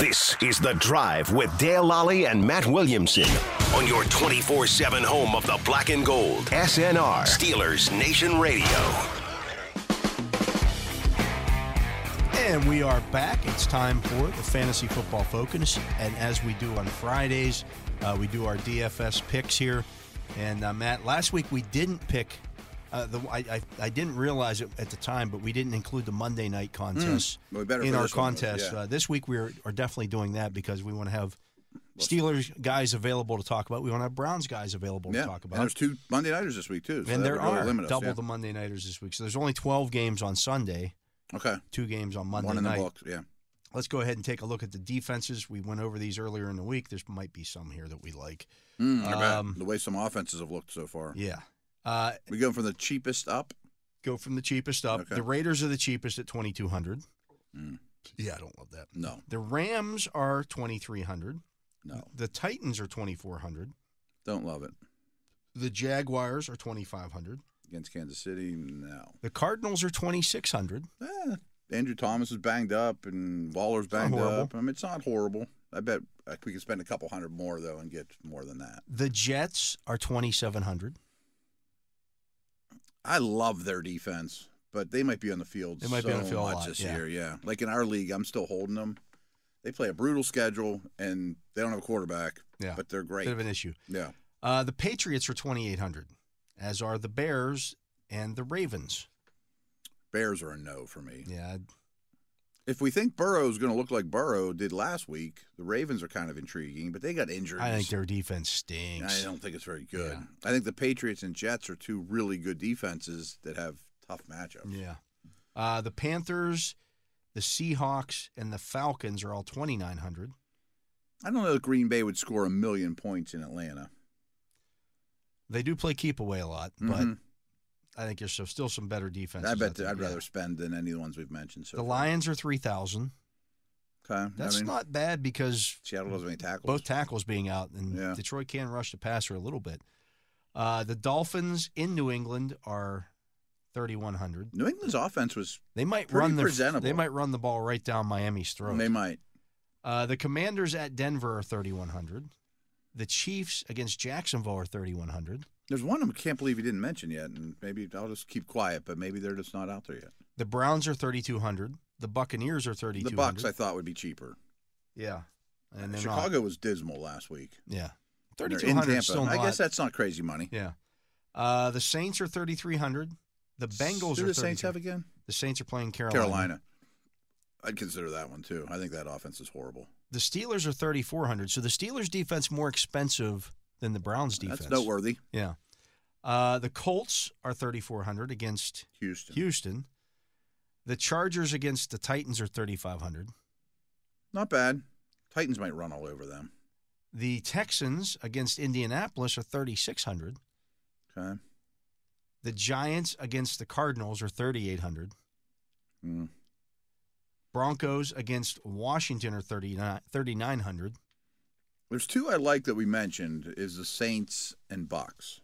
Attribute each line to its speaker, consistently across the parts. Speaker 1: This is The Drive with Dale Lally and Matt Williamson on your 24 7 home of the black and gold. SNR, Steelers Nation Radio.
Speaker 2: And we are back. It's time for the Fantasy Football Focus. And as we do on Fridays, uh, we do our DFS picks here. And uh, Matt, last week we didn't pick. Uh, the, I, I, I didn't realize it at the time, but we didn't include the Monday night contest
Speaker 3: Mm, we better
Speaker 2: in
Speaker 3: for
Speaker 2: our
Speaker 3: this one, though,
Speaker 2: contest.
Speaker 3: yeah.
Speaker 2: Uh, this week we are, are definitely doing that because we want to have Steelers guys available to talk about. We want to have Browns guys available
Speaker 3: yeah.
Speaker 2: to talk about.
Speaker 3: And there's two Monday Nighters this week, too. So
Speaker 2: and
Speaker 3: that
Speaker 2: there
Speaker 3: would really
Speaker 2: are
Speaker 3: limit us,
Speaker 2: double
Speaker 3: yeah.
Speaker 2: the Monday nighters this week. So there's only 12 games on Sunday,
Speaker 3: Okay.
Speaker 2: two games on Monday
Speaker 3: One in
Speaker 2: night.
Speaker 3: the books, yeah.
Speaker 2: Let's go ahead and take a look at the defenses. We went over these earlier in the week. There might be some here that we like.
Speaker 3: Mm, I bet.
Speaker 2: Um,
Speaker 3: the way some offenses have looked so far.
Speaker 2: Yeah. Uh,
Speaker 3: We go from the cheapest up.
Speaker 2: go from the cheapest up.
Speaker 3: Okay.
Speaker 2: The Raiders are the cheapest at 2200.
Speaker 3: Mm.
Speaker 2: Yeah, I don't love that.
Speaker 3: No,
Speaker 2: The Rams are 2300.
Speaker 3: no,
Speaker 2: The Titans are 2400.
Speaker 3: don't love it
Speaker 2: The Jaguars are 2500.
Speaker 3: against Kansas City. No,
Speaker 2: The Cardinals are 2600.
Speaker 3: Eh, Andrew Thomas is banged up and Waller's
Speaker 2: not
Speaker 3: banged
Speaker 2: horrible.
Speaker 3: up. I mean, it's not horrible. I bet uh, we could spend a couple hundred more though and get more than that.
Speaker 2: The Jets are 2700.
Speaker 3: I love their defense, but they might be on the field.
Speaker 2: They might
Speaker 3: so
Speaker 2: be on the field a
Speaker 3: much
Speaker 2: lot,
Speaker 3: this
Speaker 2: yeah.
Speaker 3: year. Yeah, like in our league, I'm still holding them. They play a brutal schedule and they don't have a quarterback.
Speaker 2: Yeah.
Speaker 3: but they're great.
Speaker 2: Bit of an issue.
Speaker 3: yeah,
Speaker 2: Uh, the Patriots are 2800, as are the Bears and the Ravens.
Speaker 3: Bears are a no for me.
Speaker 2: Yeah,
Speaker 3: If we think Burrow's going to look like Burrow did last week, the Ravens are kind of intriguing, but they got injured.
Speaker 2: I think their defense stinks.
Speaker 3: I don't think it's very good.
Speaker 2: Yeah.
Speaker 3: I think the Patriots and Jets are two really good defenses that have tough matchups.
Speaker 2: Yeah. Uh, the Panthers, the Seahawks, and the Falcons are all 2,900.
Speaker 3: I don't know if Green Bay would score a million points in Atlanta.
Speaker 2: They do play keep away a lot,
Speaker 3: Mhm.
Speaker 2: but I think there's so- still some better defense.
Speaker 3: I bet that I'd rather spend than any of the ones we've mentioned. So
Speaker 2: the
Speaker 3: far.
Speaker 2: Lions are 3,000.
Speaker 3: Okay.
Speaker 2: That's
Speaker 3: I mean,
Speaker 2: not bad because
Speaker 3: Seattle doesn't have any tackles.
Speaker 2: both tackles being out, and
Speaker 3: Yeah.
Speaker 2: Detroit can rush the passer a little bit. Uh, the Dolphins in New England are 3,100.
Speaker 3: New England's offense was.
Speaker 2: They might
Speaker 3: Pretty
Speaker 2: run their,
Speaker 3: presentable.
Speaker 2: They might run the ball right down Miami's throat.
Speaker 3: They might.
Speaker 2: Uh, the Commanders at Denver are 3,100. The Chiefs against Jacksonville are 3,100.
Speaker 3: There's one I can't believe you didn't mention yet, and maybe I'll just keep quiet. But maybe they're just not out there yet.
Speaker 2: The Browns are 3,200. The Buccaneers are 3,200.
Speaker 3: The Bucks I thought would be cheaper.
Speaker 2: yeah, and they're
Speaker 3: Chicago
Speaker 2: Not,
Speaker 3: was dismal last week.
Speaker 2: yeah,
Speaker 3: They're in
Speaker 2: 3,200 is
Speaker 3: Tampa.
Speaker 2: still not.
Speaker 3: I guess that's not crazy money.
Speaker 2: yeah. Uh, the Saints are 3,300. The Bengals
Speaker 3: Who
Speaker 2: are
Speaker 3: do the Saints have
Speaker 2: 32.
Speaker 3: again?
Speaker 2: The Saints are playing Carolina.
Speaker 3: Carolina. I'd consider that one too. I think that offense is horrible.
Speaker 2: The Steelers are 3,400. So the Steelers defense more expensive than the Browns defense.
Speaker 3: That's noteworthy.
Speaker 2: Yeah. Uh, the Colts are 3,400 against
Speaker 3: Houston.
Speaker 2: Houston. The Chargers against the Titans are 3,500.
Speaker 3: Not bad. Titans might run all over them.
Speaker 2: The Texans against Indianapolis are 3,600.
Speaker 3: Okay.
Speaker 2: The Giants against the Cardinals are 3,800.
Speaker 3: Mm.
Speaker 2: Broncos against Washington are 39 3,900.
Speaker 3: There's two I like that we mentioned is the Saints and Bucks.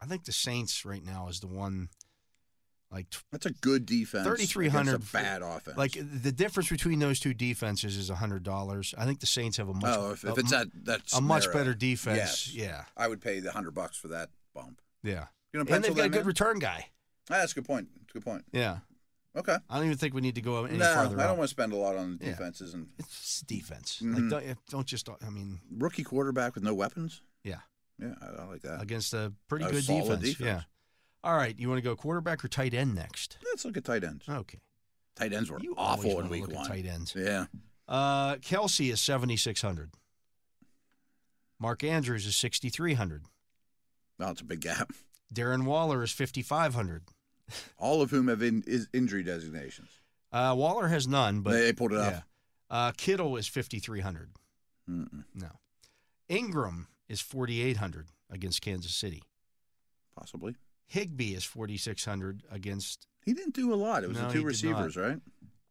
Speaker 2: I think the Saints right now is the one, like t-
Speaker 3: That's a good defense. against
Speaker 2: 3,300
Speaker 3: A bad offense.
Speaker 2: like the difference between those two defenses is hundred dollars. I think the Saints have a much
Speaker 3: oh, if,
Speaker 2: a,
Speaker 3: if it's that that's
Speaker 2: a much
Speaker 3: narrow.
Speaker 2: better defense.
Speaker 3: Yes.
Speaker 2: Yeah,
Speaker 3: I would pay the hundred bucks for that bump.
Speaker 2: yeah.
Speaker 3: You know,
Speaker 2: And they've got a
Speaker 3: that
Speaker 2: good
Speaker 3: in?
Speaker 2: return guy.
Speaker 3: Ah, that's a good point. That's a good point.
Speaker 2: Yeah,
Speaker 3: Okay.
Speaker 2: I don't even think we need to go any
Speaker 3: No, I
Speaker 2: farther.
Speaker 3: don't
Speaker 2: out.
Speaker 3: want to spend a lot on the
Speaker 2: Yeah.
Speaker 3: defenses and
Speaker 2: It's defense.
Speaker 3: Mhm.
Speaker 2: Like don't, don't just. I mean,
Speaker 3: rookie quarterback with no weapons.
Speaker 2: yeah,
Speaker 3: Yeah, I, I like that.
Speaker 2: against a pretty
Speaker 3: A
Speaker 2: good
Speaker 3: solid
Speaker 2: defense. Yeah.
Speaker 3: defense.
Speaker 2: All right, you want to go quarterback or tight end next?
Speaker 3: Let's look at tight ends.
Speaker 2: Okay.
Speaker 3: Tight ends were
Speaker 2: You always
Speaker 3: awful in
Speaker 2: wanna
Speaker 3: week
Speaker 2: look at
Speaker 3: one.
Speaker 2: tight ends.
Speaker 3: Yeah.
Speaker 2: Uh, Kelsey is seventy six hundred. Mark Andrews is sixty three hundred.
Speaker 3: Well, it's a big gap.
Speaker 2: Darren Waller is fifty five hundred.
Speaker 3: All of whom have in, is injury designations.
Speaker 2: Uh, Waller has none, but
Speaker 3: They pulled it off.
Speaker 2: Yeah. Uh, Kittle is 5,300.
Speaker 3: Mm-mm.
Speaker 2: No. Ingram is 4,800 against Kansas City.
Speaker 3: Possibly.
Speaker 2: Higby is 4,600 against.
Speaker 3: He didn't do a lot. It was
Speaker 2: No,
Speaker 3: the
Speaker 2: he
Speaker 3: two
Speaker 2: did
Speaker 3: receivers, right?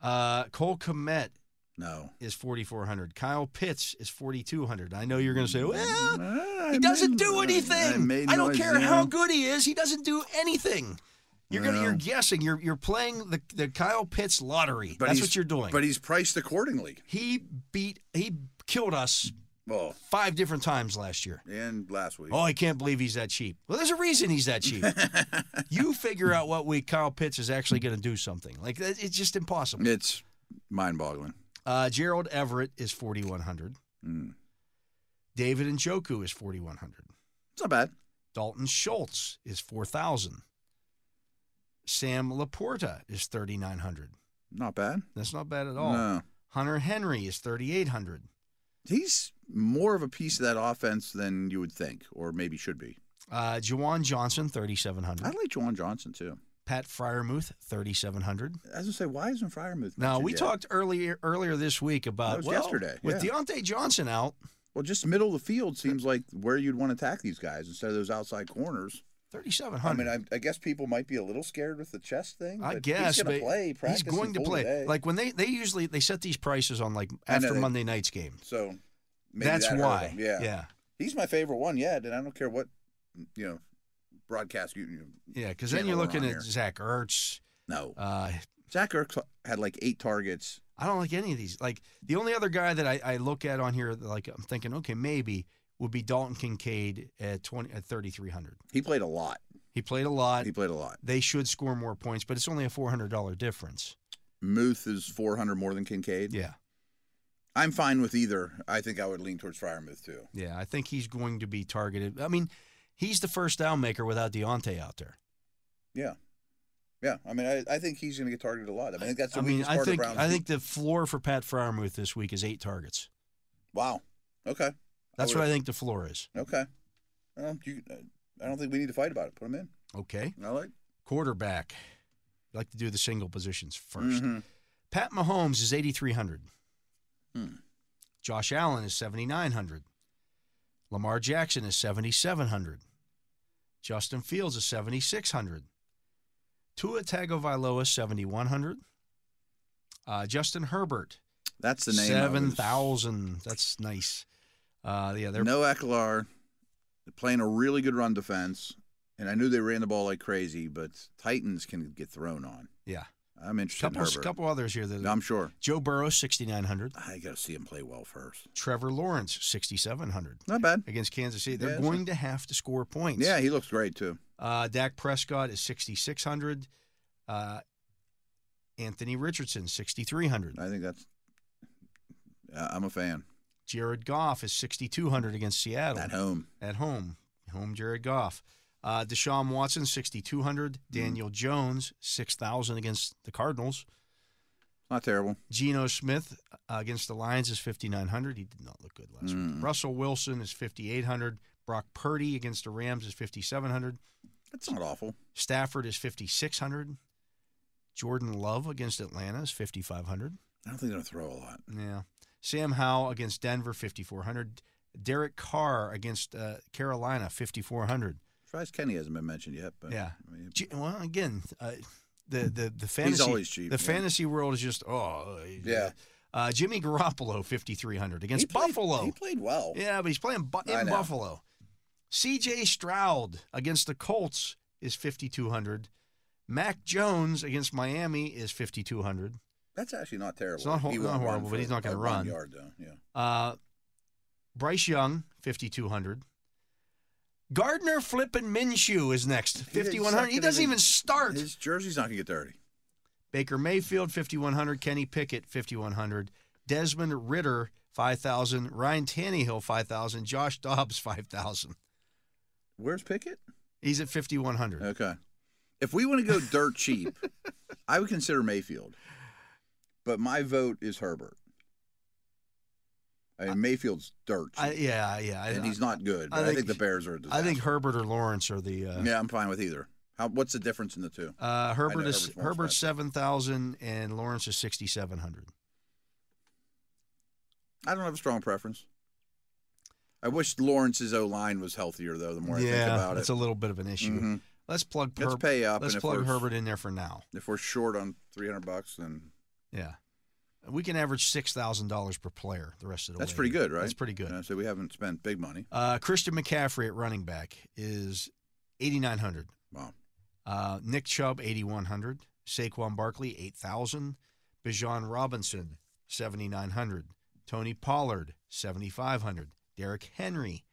Speaker 2: Uh, Cole Komet
Speaker 3: No.
Speaker 2: is 4,400. Kyle Pitts is 4,200. I know you're going to say, well,
Speaker 3: Ah, I
Speaker 2: Eh, he doesn't
Speaker 3: made-
Speaker 2: do anything.
Speaker 3: made
Speaker 2: I don't
Speaker 3: noise,
Speaker 2: care
Speaker 3: you
Speaker 2: how
Speaker 3: know?
Speaker 2: good he is. He doesn't do anything. You're gonna,
Speaker 3: No.
Speaker 2: you're guessing. You're you're playing the the Kyle Pitts lottery.
Speaker 3: But
Speaker 2: That's
Speaker 3: he's-
Speaker 2: what you're doing.
Speaker 3: But he's priced accordingly.
Speaker 2: he beat he killed us
Speaker 3: Well,
Speaker 2: five different times last year.
Speaker 3: and last week.
Speaker 2: Oh, I can't believe he's that cheap. Well, there's a reason he's that cheap. you figure out what week Kyle Pitts is actually going to do something. Like that- it's just impossible.
Speaker 3: It's mind-boggling.
Speaker 2: Uh, Gerald Everett is 4100.
Speaker 3: Mm.
Speaker 2: David Njoku is 4100.
Speaker 3: It's not bad.
Speaker 2: Dalton Schultz is 4000. Sam Laporta is 3900.
Speaker 3: Not bad.
Speaker 2: That's not bad at all.
Speaker 3: No.
Speaker 2: Hunter Henry is 3800.
Speaker 3: He's more of a piece of that offense than you would think, or maybe should be.
Speaker 2: Uh, Juwan Johnson
Speaker 3: I
Speaker 2: 3700.
Speaker 3: like Juwan Johnson too.
Speaker 2: Pat Fryermuth 3700.
Speaker 3: As I say, why isn't Fryermuth?
Speaker 2: Now
Speaker 3: mentioned
Speaker 2: we
Speaker 3: yet?
Speaker 2: talked earlier earlier this week about
Speaker 3: That was
Speaker 2: well,
Speaker 3: yesterday,
Speaker 2: with
Speaker 3: yeah.
Speaker 2: Deontay Johnson out,
Speaker 3: Well, just middle of the field seems like where you'd want to attack these guys instead of those outside corners.
Speaker 2: thirty seven
Speaker 3: I
Speaker 2: hundred.
Speaker 3: mean, I, I guess people might be a little scared with the chest thing. but
Speaker 2: guess
Speaker 3: he's going
Speaker 2: but
Speaker 3: to play. Practice
Speaker 2: he's going
Speaker 3: and
Speaker 2: to
Speaker 3: full
Speaker 2: play.
Speaker 3: today.
Speaker 2: Like when they they usually they set these prices on like
Speaker 3: I know,
Speaker 2: after
Speaker 3: they-
Speaker 2: Monday night's game.
Speaker 3: so. Maybe
Speaker 2: That's
Speaker 3: that hurt
Speaker 2: why.
Speaker 3: him. Yeah.
Speaker 2: yeah,
Speaker 3: he's my favorite one yet, and I don't care what you know broadcast you. you
Speaker 2: yeah. Because then
Speaker 3: Channel
Speaker 2: you're
Speaker 3: we're
Speaker 2: looking
Speaker 3: on
Speaker 2: at
Speaker 3: here.
Speaker 2: Zach Ertz.
Speaker 3: no,
Speaker 2: Uh,
Speaker 3: Zach Ertz had like eight targets.
Speaker 2: I don't like any of these. Like the only other guy that I, I look at on here, like I'm thinking, okay, maybe would be Dalton Kincaid at twenty at thirty three hundred.
Speaker 3: He played a lot.
Speaker 2: He played a lot.
Speaker 3: He played a lot.
Speaker 2: they should score more points, but it's only a four hundred dollar difference.
Speaker 3: Muth is 400 more than Kincaid.
Speaker 2: Yeah.
Speaker 3: I'm fine with either. I think I would lean towards Fryermuth too.
Speaker 2: Yeah, I think he's going to be targeted. I mean, he's the first down maker without Deontay out there.
Speaker 3: Yeah. Yeah. I mean, I, I think he's going to get targeted a lot. I mean, that's the
Speaker 2: I mean,
Speaker 3: weakest
Speaker 2: I
Speaker 3: part
Speaker 2: think
Speaker 3: of Brown's.
Speaker 2: I think the floor for Pat Fryermuth this week is eight targets.
Speaker 3: Wow. Okay.
Speaker 2: That's what I
Speaker 3: would've-
Speaker 2: think the floor is.
Speaker 3: Okay. Well, you, uh, I don't think we need to fight about it. Put him in.
Speaker 2: Okay,
Speaker 3: I like.
Speaker 2: quarterback. I like to do the single positions 1st
Speaker 3: Mhm.
Speaker 2: Pat Mahomes is eighty three hundred.
Speaker 3: Hmm.
Speaker 2: Josh Allen is seventy nine hundred. Lamar Jackson is seventy seven hundred. Justin Fields is seventy six hundred. Tua Tagovailoa seventy one hundred. Uh, Justin Herbert
Speaker 3: That's the name. I
Speaker 2: Seven
Speaker 3: was-
Speaker 2: thousand. That's nice. Uh, yeah, they're
Speaker 3: No Eckler playing a really good run defense, and I knew they ran the ball like crazy, but Titans can get thrown on.
Speaker 2: yeah.
Speaker 3: I'm interested.
Speaker 2: Couple,
Speaker 3: in Herbert.
Speaker 2: couple others here. That,
Speaker 3: No, I'm sure.
Speaker 2: Joe Burrow sixty nine hundred.
Speaker 3: I got to see him play well first.
Speaker 2: Trevor Lawrence sixty seven hundred
Speaker 3: Not bad.
Speaker 2: against Kansas City. They're
Speaker 3: Yeah,
Speaker 2: going to have to score points.
Speaker 3: Yeah, he looks great too.
Speaker 2: Uh, Dak Prescott is sixty six hundred. Uh, Anthony Richardson sixty three hundred.
Speaker 3: I think that's. Uh, I'm a fan.
Speaker 2: Jared Goff is sixty two hundred against Seattle
Speaker 3: At home,
Speaker 2: at home. Home Jared Goff. Uh, Deshaun Watson sixty two hundred.
Speaker 3: Mm-hmm.
Speaker 2: Daniel Jones six thousand against the Cardinals.
Speaker 3: not terrible.
Speaker 2: Geno Smith uh, against the Lions is 5,900. He did not look good last
Speaker 3: Mm.
Speaker 2: week. Russell Wilson is 5,800. Brock Purdy against the Rams is 5,700.
Speaker 3: That's not awful.
Speaker 2: Stafford is 5,600. Jordan Love against Atlanta is 5,500.
Speaker 3: I don't think they're gonna throw a lot.
Speaker 2: Yeah. Sam Howell against Denver, 5,400. Derek Carr against uh, Carolina, 5,400.
Speaker 3: Surprised Kenny hasn't been mentioned yet. But
Speaker 2: Yeah.
Speaker 3: I mean,
Speaker 2: G- Well, again, uh, the, the, the fantasy
Speaker 3: always cheap,
Speaker 2: the
Speaker 3: yeah.
Speaker 2: fantasy world is just oh
Speaker 3: Yeah.
Speaker 2: Uh, Jimmy Garoppolo 5,300
Speaker 3: he
Speaker 2: against
Speaker 3: played-
Speaker 2: Buffalo.
Speaker 3: He played well.
Speaker 2: Yeah, but he's playing bu-
Speaker 3: I
Speaker 2: in
Speaker 3: know.
Speaker 2: Buffalo. C.J. Stroud against the Colts is 5,200. Mac Jones against Miami is 5,200.
Speaker 3: That's actually not terrible.
Speaker 2: It's not ho-
Speaker 3: He
Speaker 2: not
Speaker 3: won't run
Speaker 2: horrible, but
Speaker 3: for
Speaker 2: he's not gonna
Speaker 3: like one
Speaker 2: run.
Speaker 3: yard though. Yeah.
Speaker 2: Uh, Bryce Young, 5,200. Gardner flipping Minshew is next,
Speaker 3: He- he's
Speaker 2: 5,100.
Speaker 3: not
Speaker 2: He
Speaker 3: gonna
Speaker 2: doesn't even start.
Speaker 3: His jersey's not gonna get dirty.
Speaker 2: Baker Mayfield, 5,100. Kenny Pickett, 5,100. Desmond Ritter, 5,000. Ryan Tannehill, 5,000. Josh Dobbs, 5,000.
Speaker 3: Where's Pickett?
Speaker 2: He's at 5,100.
Speaker 3: Okay. If we want to go dirt cheap, I would consider Mayfield. But my vote is Herbert. I mean, Mayfield's dirt cheap,
Speaker 2: I, yeah, yeah. I,
Speaker 3: and he's not good.
Speaker 2: I
Speaker 3: I,
Speaker 2: think-
Speaker 3: think, the Bears are. A disaster.
Speaker 2: I think Herbert or Lawrence are the. Uh,
Speaker 3: yeah, I'm fine with either. How, what's the difference in the two?
Speaker 2: Uh, Herbert
Speaker 3: know
Speaker 2: is
Speaker 3: Herbert's more
Speaker 2: Herbert's
Speaker 3: expensive.
Speaker 2: seven thousand and Lawrence is sixty seven hundred.
Speaker 3: I don't have a strong preference. I wish Lawrence's O line was healthier though. The more I think about
Speaker 2: that's
Speaker 3: it,
Speaker 2: a little bit of an issue.
Speaker 3: Mhm.
Speaker 2: Let's plug.
Speaker 3: Let's pay up,
Speaker 2: Let's
Speaker 3: and if
Speaker 2: plug
Speaker 3: we're-
Speaker 2: Herbert in there for now.
Speaker 3: if we're short on three hundred bucks, then
Speaker 2: Yeah, we can average six thousand dollars per player the rest of the
Speaker 3: that's
Speaker 2: way.
Speaker 3: pretty good, right?
Speaker 2: That's pretty good.
Speaker 3: You know, so we haven't spent big money.
Speaker 2: Uh, Christian McCaffrey at running back is eighty nine hundred.
Speaker 3: Wow.
Speaker 2: Uh, Nick Chubb, 8,100. Saquon Barkley, 8,000. Bijan Robinson, 7,900. Tony Pollard, 7,500. Derrick Henry,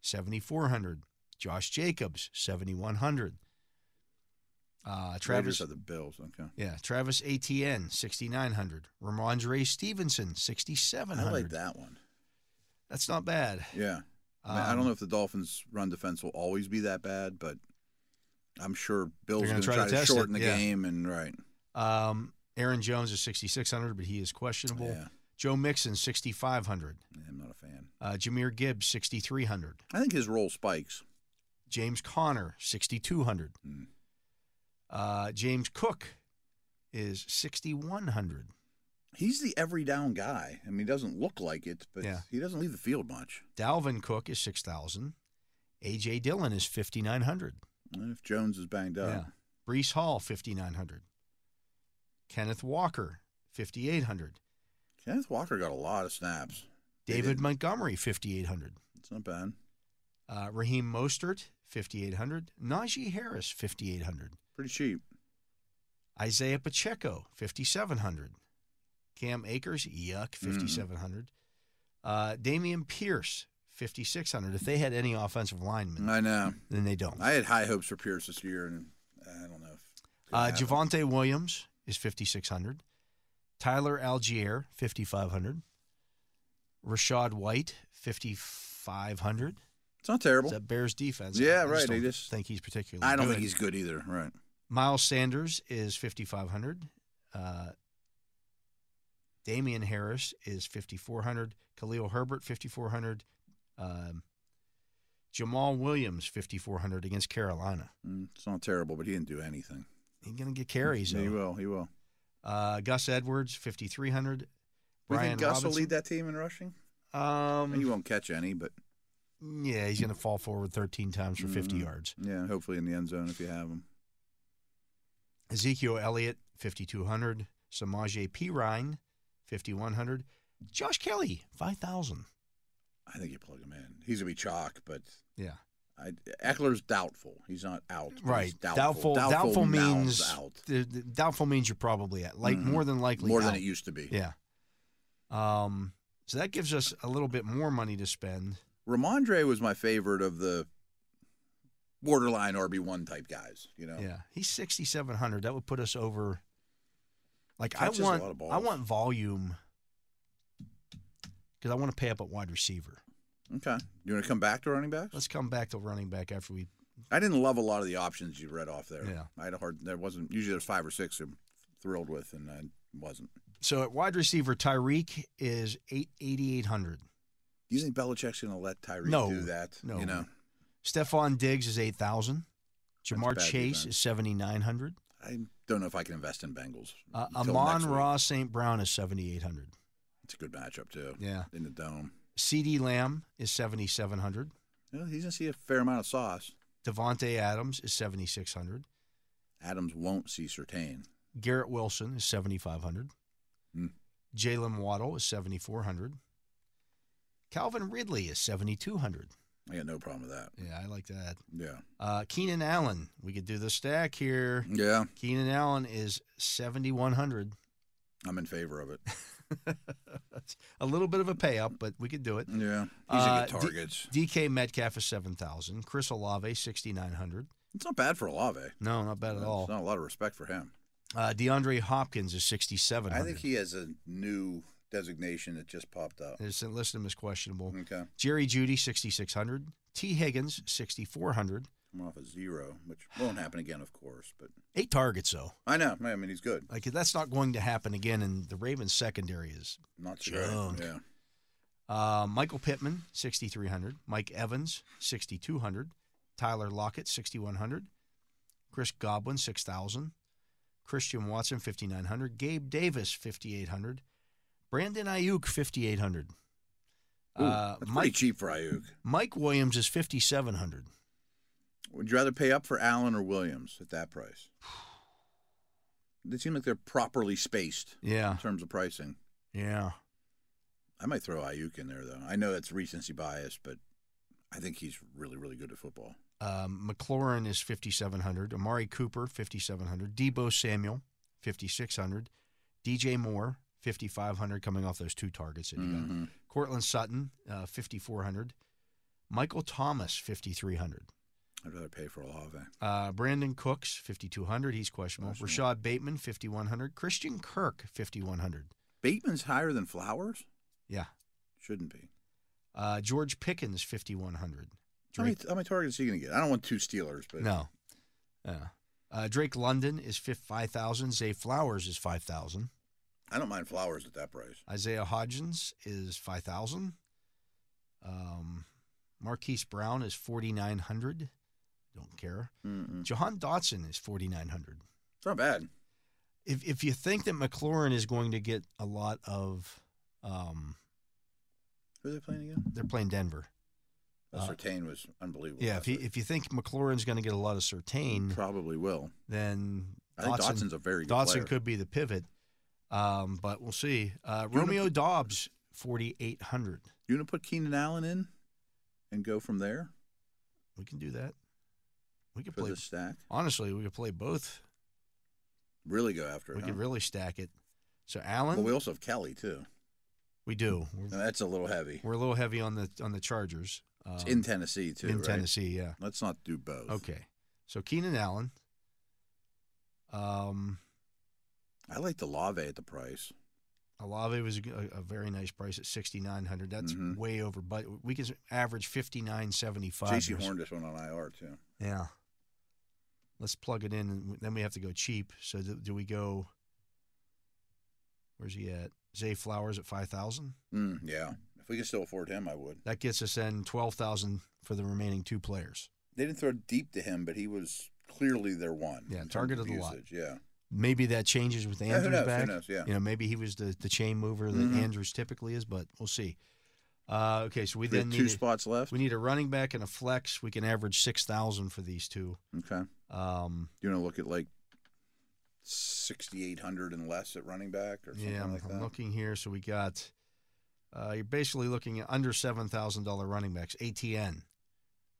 Speaker 2: 7,400. Josh Jacobs, 7,100. Uh,
Speaker 3: Raiders
Speaker 2: Travis,
Speaker 3: have the Bills. Okay.
Speaker 2: yeah, Travis Atn, 6,900. Ramondre Stevenson, 6,700.
Speaker 3: I like that one.
Speaker 2: That's not bad.
Speaker 3: Yeah. I, mean, I
Speaker 2: Um,
Speaker 3: don't know if the Dolphins' run defense will always be that bad, but I'm sure Bills
Speaker 2: They're gonna
Speaker 3: are going
Speaker 2: try
Speaker 3: to
Speaker 2: to
Speaker 3: try to
Speaker 2: test it,
Speaker 3: shorten the
Speaker 2: yeah.
Speaker 3: game and right.
Speaker 2: Um, Aaron Jones is 6,600, but he is questionable.
Speaker 3: Yeah.
Speaker 2: Joe Mixon, 6,500.
Speaker 3: Yeah, I'm not a fan.
Speaker 2: Uh, Jameer Gibbs, 6,300.
Speaker 3: I think his role spikes.
Speaker 2: James Connor, 6,200.
Speaker 3: Hmm.
Speaker 2: Uh, James Cook is 6,100.
Speaker 3: He's the every down guy. I mean, he doesn't look like it, but
Speaker 2: Yeah.
Speaker 3: he doesn't leave the field much.
Speaker 2: Dalvin Cook is 6,000. A.J. Dillon is 5,900.
Speaker 3: And if Jones is banged up,
Speaker 2: Brees Hall, 5,900. Kenneth Walker, 5,800.
Speaker 3: Kenneth Walker got a lot of snaps. They
Speaker 2: David
Speaker 3: did.
Speaker 2: Montgomery, 5,800.
Speaker 3: It's not bad.
Speaker 2: Uh, Raheem Mostert, 5,800. Najee Harris, 5,800.
Speaker 3: Pretty cheap.
Speaker 2: Isaiah Pacheco, 5,700. Cam Akers, yuck,
Speaker 3: Hmm.
Speaker 2: 5,700. Uh, Damian Pierce, 5,600. If they had any offensive linemen,
Speaker 3: I know.
Speaker 2: then they don't.
Speaker 3: I had high hopes for Pierce this year, and I don't know. If it's gonna
Speaker 2: Uh,
Speaker 3: happen.
Speaker 2: Javante Williams is 5,600. Tyler Algier, 5,500. Rashad White, 5,500.
Speaker 3: It's not terrible.
Speaker 2: Is that Bears defense?
Speaker 3: Yeah,
Speaker 2: I just
Speaker 3: right,
Speaker 2: Don't
Speaker 3: they just-
Speaker 2: think he's particularly.
Speaker 3: I don't
Speaker 2: good.
Speaker 3: think he's good either. Right.
Speaker 2: Miles Sanders is 5,500. Uh, Damian Harris is 5,400. Khalil Herbert, 5,400. Um, Jamal Williams, 5,400 against Carolina.
Speaker 3: Mm, It's not terrible, but he didn't do anything.
Speaker 2: He's going to get carries,
Speaker 3: He
Speaker 2: though.
Speaker 3: will. He will.
Speaker 2: Uh, Gus Edwards, 5,300.
Speaker 3: We
Speaker 2: Brian
Speaker 3: think Gus will
Speaker 2: Robinson-
Speaker 3: lead that team in rushing? I mean, he
Speaker 2: Um,
Speaker 3: won't catch any, but
Speaker 2: yeah, he's going to fall forward 13 times for 50
Speaker 3: Mhm.
Speaker 2: yards.
Speaker 3: yeah, hopefully in the end zone if you have him.
Speaker 2: Ezekiel Elliott, 5,200. Samaje P. Ryan, 5,100. Josh Kelly, 5,000.
Speaker 3: I think you plug him in. He's gonna be chalk, but
Speaker 2: Yeah.
Speaker 3: I, Eckler's doubtful. He's not out. but he's
Speaker 2: Right. Doubtful.
Speaker 3: Doubtful.
Speaker 2: Doubtful,
Speaker 3: now's
Speaker 2: means
Speaker 3: out
Speaker 2: the- the- doubtful means you're probably at like
Speaker 3: Mhm.
Speaker 2: more than likely
Speaker 3: more
Speaker 2: out.
Speaker 3: than it used to be.
Speaker 2: Yeah. Um. So that gives us a little bit more money to spend.
Speaker 3: Ramondre was my favorite of the borderline RB one type guys. You know.
Speaker 2: Yeah. He's sixty seven hundred. That would put us over. Like I
Speaker 3: Catches a
Speaker 2: want,
Speaker 3: lot of
Speaker 2: I
Speaker 3: balls.
Speaker 2: want volume. Because I want to pay up at wide receiver.
Speaker 3: Okay. You want to come back to running backs?
Speaker 2: Let's come back to running back after we.
Speaker 3: I didn't love a lot of the options you read off there.
Speaker 2: Yeah.
Speaker 3: I had a hard. There wasn't usually there's five or six I'm thrilled with, and I wasn't.
Speaker 2: So at wide receiver, Tyreek is eight eighty eight hundred.
Speaker 3: Do you think Belichick's going to let Tyreek
Speaker 2: No.
Speaker 3: do that?
Speaker 2: No.
Speaker 3: You know,
Speaker 2: Stephon Diggs is eight thousand. Jamar
Speaker 3: bad
Speaker 2: Chase
Speaker 3: defense.
Speaker 2: is seventy nine hundred.
Speaker 3: I don't know if I can invest in Bengals.
Speaker 2: Uh,
Speaker 3: until
Speaker 2: Amon
Speaker 3: next week.
Speaker 2: Ross St. Brown is 7,800.
Speaker 3: It's a good matchup too.
Speaker 2: Yeah.
Speaker 3: In the dome,
Speaker 2: CD Lamb is 7,700.
Speaker 3: Well, he's going to see a fair amount of sauce.
Speaker 2: Devontae Adams is 7,600.
Speaker 3: Adams won't see Sertain.
Speaker 2: Garrett Wilson is 7,500.
Speaker 3: Hmm.
Speaker 2: Jalen Waddle is 7,400. Calvin Ridley is 7,200.
Speaker 3: I got no problem with that.
Speaker 2: Yeah, I like that.
Speaker 3: Yeah.
Speaker 2: Uh, Keenan Allen, we could do the stack here.
Speaker 3: Yeah.
Speaker 2: Keenan Allen is 7,100.
Speaker 3: I'm in favor of it.
Speaker 2: That's a little bit of a pay up, but we could do it.
Speaker 3: Yeah. He's
Speaker 2: Uh,
Speaker 3: a good
Speaker 2: D-
Speaker 3: target.
Speaker 2: DK Metcalf is 7,000. Chris Olave, 6,900.
Speaker 3: it's not bad for Olave.
Speaker 2: No, not bad at all.
Speaker 3: It's not a lot of respect for him.
Speaker 2: Uh, DeAndre Hopkins is 67.
Speaker 3: I think he has a new designation that just popped up.
Speaker 2: They said list him as questionable.
Speaker 3: Okay.
Speaker 2: Jerry Judy, 6,600. T. Higgins, 6,400.
Speaker 3: I'm off a zero, which won't happen again, of course. But
Speaker 2: Eight targets, though.
Speaker 3: I know. I mean, he's good.
Speaker 2: Like, that's not going to happen again, and the Ravens' secondary is.
Speaker 3: Not so great.
Speaker 2: Junk.
Speaker 3: Yeah.
Speaker 2: Uh, Michael Pittman, 6,300. Mike Evans, 6,200. Tyler Lockett, 6,100. Chris Goblin, 6,000. Christian Watson, 5,900. Gabe Davis, 5,800. Brandon Ayuk, 5,800.
Speaker 3: Ooh,
Speaker 2: Uh,
Speaker 3: that's pretty cheap for Ayuk.
Speaker 2: Mike Williams is 5,700.
Speaker 3: Would you rather pay up for Allen or Williams at that price? They seem like they're properly spaced
Speaker 2: Yeah.
Speaker 3: in terms of pricing.
Speaker 2: Yeah.
Speaker 3: I might throw Ayuk in there though. I know that's recency bias, but I think he's really, really good at football.
Speaker 2: Um, McLaurin is 5,700. Amari Cooper, 5,700. Debo Samuel, 5,600. DJ Moore, 5,500, coming off those two targets that he got. Cortland Sutton, uh, 5,400. Michael Thomas, 5,300.
Speaker 3: I'd rather pay for Olave.
Speaker 2: Uh, Brandon Cooks, 5,200. He's questionable. Rashad Bateman, 5,100. Christian Kirk, 5,100.
Speaker 3: Bateman's higher than Flowers?
Speaker 2: Yeah.
Speaker 3: Shouldn't be.
Speaker 2: Uh, George Pickens, 5,100.
Speaker 3: How many, how many targets is he going to get? I don't want two Steelers, but
Speaker 2: No. Yeah. Uh, Drake London is fif- 5,000. Zay Flowers is 5,000.
Speaker 3: I don't mind Flowers at that price.
Speaker 2: Isaiah Hodgins is 5,000. Um, Marquise Brown is 4,900. Don't care. Jahan Dotson is 4,900.
Speaker 3: It's not bad.
Speaker 2: If, if you think that McLaurin is going to get a lot of, um,
Speaker 3: Who are they playing again?
Speaker 2: they're playing Denver.
Speaker 3: Uh,
Speaker 2: Uh,
Speaker 3: Sertain was unbelievable.
Speaker 2: Yeah,
Speaker 3: last
Speaker 2: if you,
Speaker 3: week.
Speaker 2: if you think McLaurin's going to get a lot of Sertain,
Speaker 3: probably will.
Speaker 2: then
Speaker 3: I think Dotson's a very good
Speaker 2: Dotson
Speaker 3: player.
Speaker 2: could be the pivot, um, but we'll see. Uh,
Speaker 3: wanna
Speaker 2: Romeo
Speaker 3: put-
Speaker 2: Dobbs, 4,800.
Speaker 3: You going to put Keenan Allen in and go from there
Speaker 2: We can do that. We could
Speaker 3: for
Speaker 2: play.
Speaker 3: this stack?
Speaker 2: Honestly, we could play both.
Speaker 3: Really go after it.
Speaker 2: We
Speaker 3: huh?
Speaker 2: could really stack it. So Allen,
Speaker 3: well, we
Speaker 2: we
Speaker 3: also have Kelly too.
Speaker 2: do. We're,
Speaker 3: Now, that's a little heavy.
Speaker 2: we're a little heavy on the on the Chargers. Um,
Speaker 3: It's in Tennessee too.
Speaker 2: in
Speaker 3: right?
Speaker 2: Tennessee, yeah.
Speaker 3: Let's not do both.
Speaker 2: Okay, so Keenan Allen. Um,
Speaker 3: I like the Lave at the price.
Speaker 2: Alave was a, g- a- a very nice price at sixty nine hundred. That's
Speaker 3: Mhm.
Speaker 2: way over, but we can s- average fifty nine seventy five.
Speaker 3: JC Horn just went on IR too.
Speaker 2: Yeah. Let's plug it in, and w- then we have to go cheap. So do, do we go? Where's he at? Zay Flowers at five thousand.
Speaker 3: Mm, yeah. If we could still afford him, I would.
Speaker 2: That gets us in twelve thousand for the remaining two players.
Speaker 3: They didn't throw deep to him, but he was clearly their one.
Speaker 2: Yeah,
Speaker 3: in terms of
Speaker 2: targeted a lot.
Speaker 3: usage, Yeah.
Speaker 2: Maybe that changes with
Speaker 3: Yeah, who
Speaker 2: Andrews
Speaker 3: knows, who
Speaker 2: back.
Speaker 3: knows, yeah.
Speaker 2: You know, maybe he was the, the chain mover that
Speaker 3: Mhm.
Speaker 2: Andrews typically is, but we'll see. Uh, okay, so we
Speaker 3: We,
Speaker 2: then
Speaker 3: have
Speaker 2: need
Speaker 3: two
Speaker 2: a-
Speaker 3: spots left.
Speaker 2: we need a running back and a flex. We can average six thousand for these two.
Speaker 3: okay.
Speaker 2: Um,
Speaker 3: You want to look at like 6,800 and less at running back or something
Speaker 2: Yeah, I'm,
Speaker 3: like that?
Speaker 2: I'm looking here. So we got uh, you're basically looking at under seven thousand dollar running backs. ATN,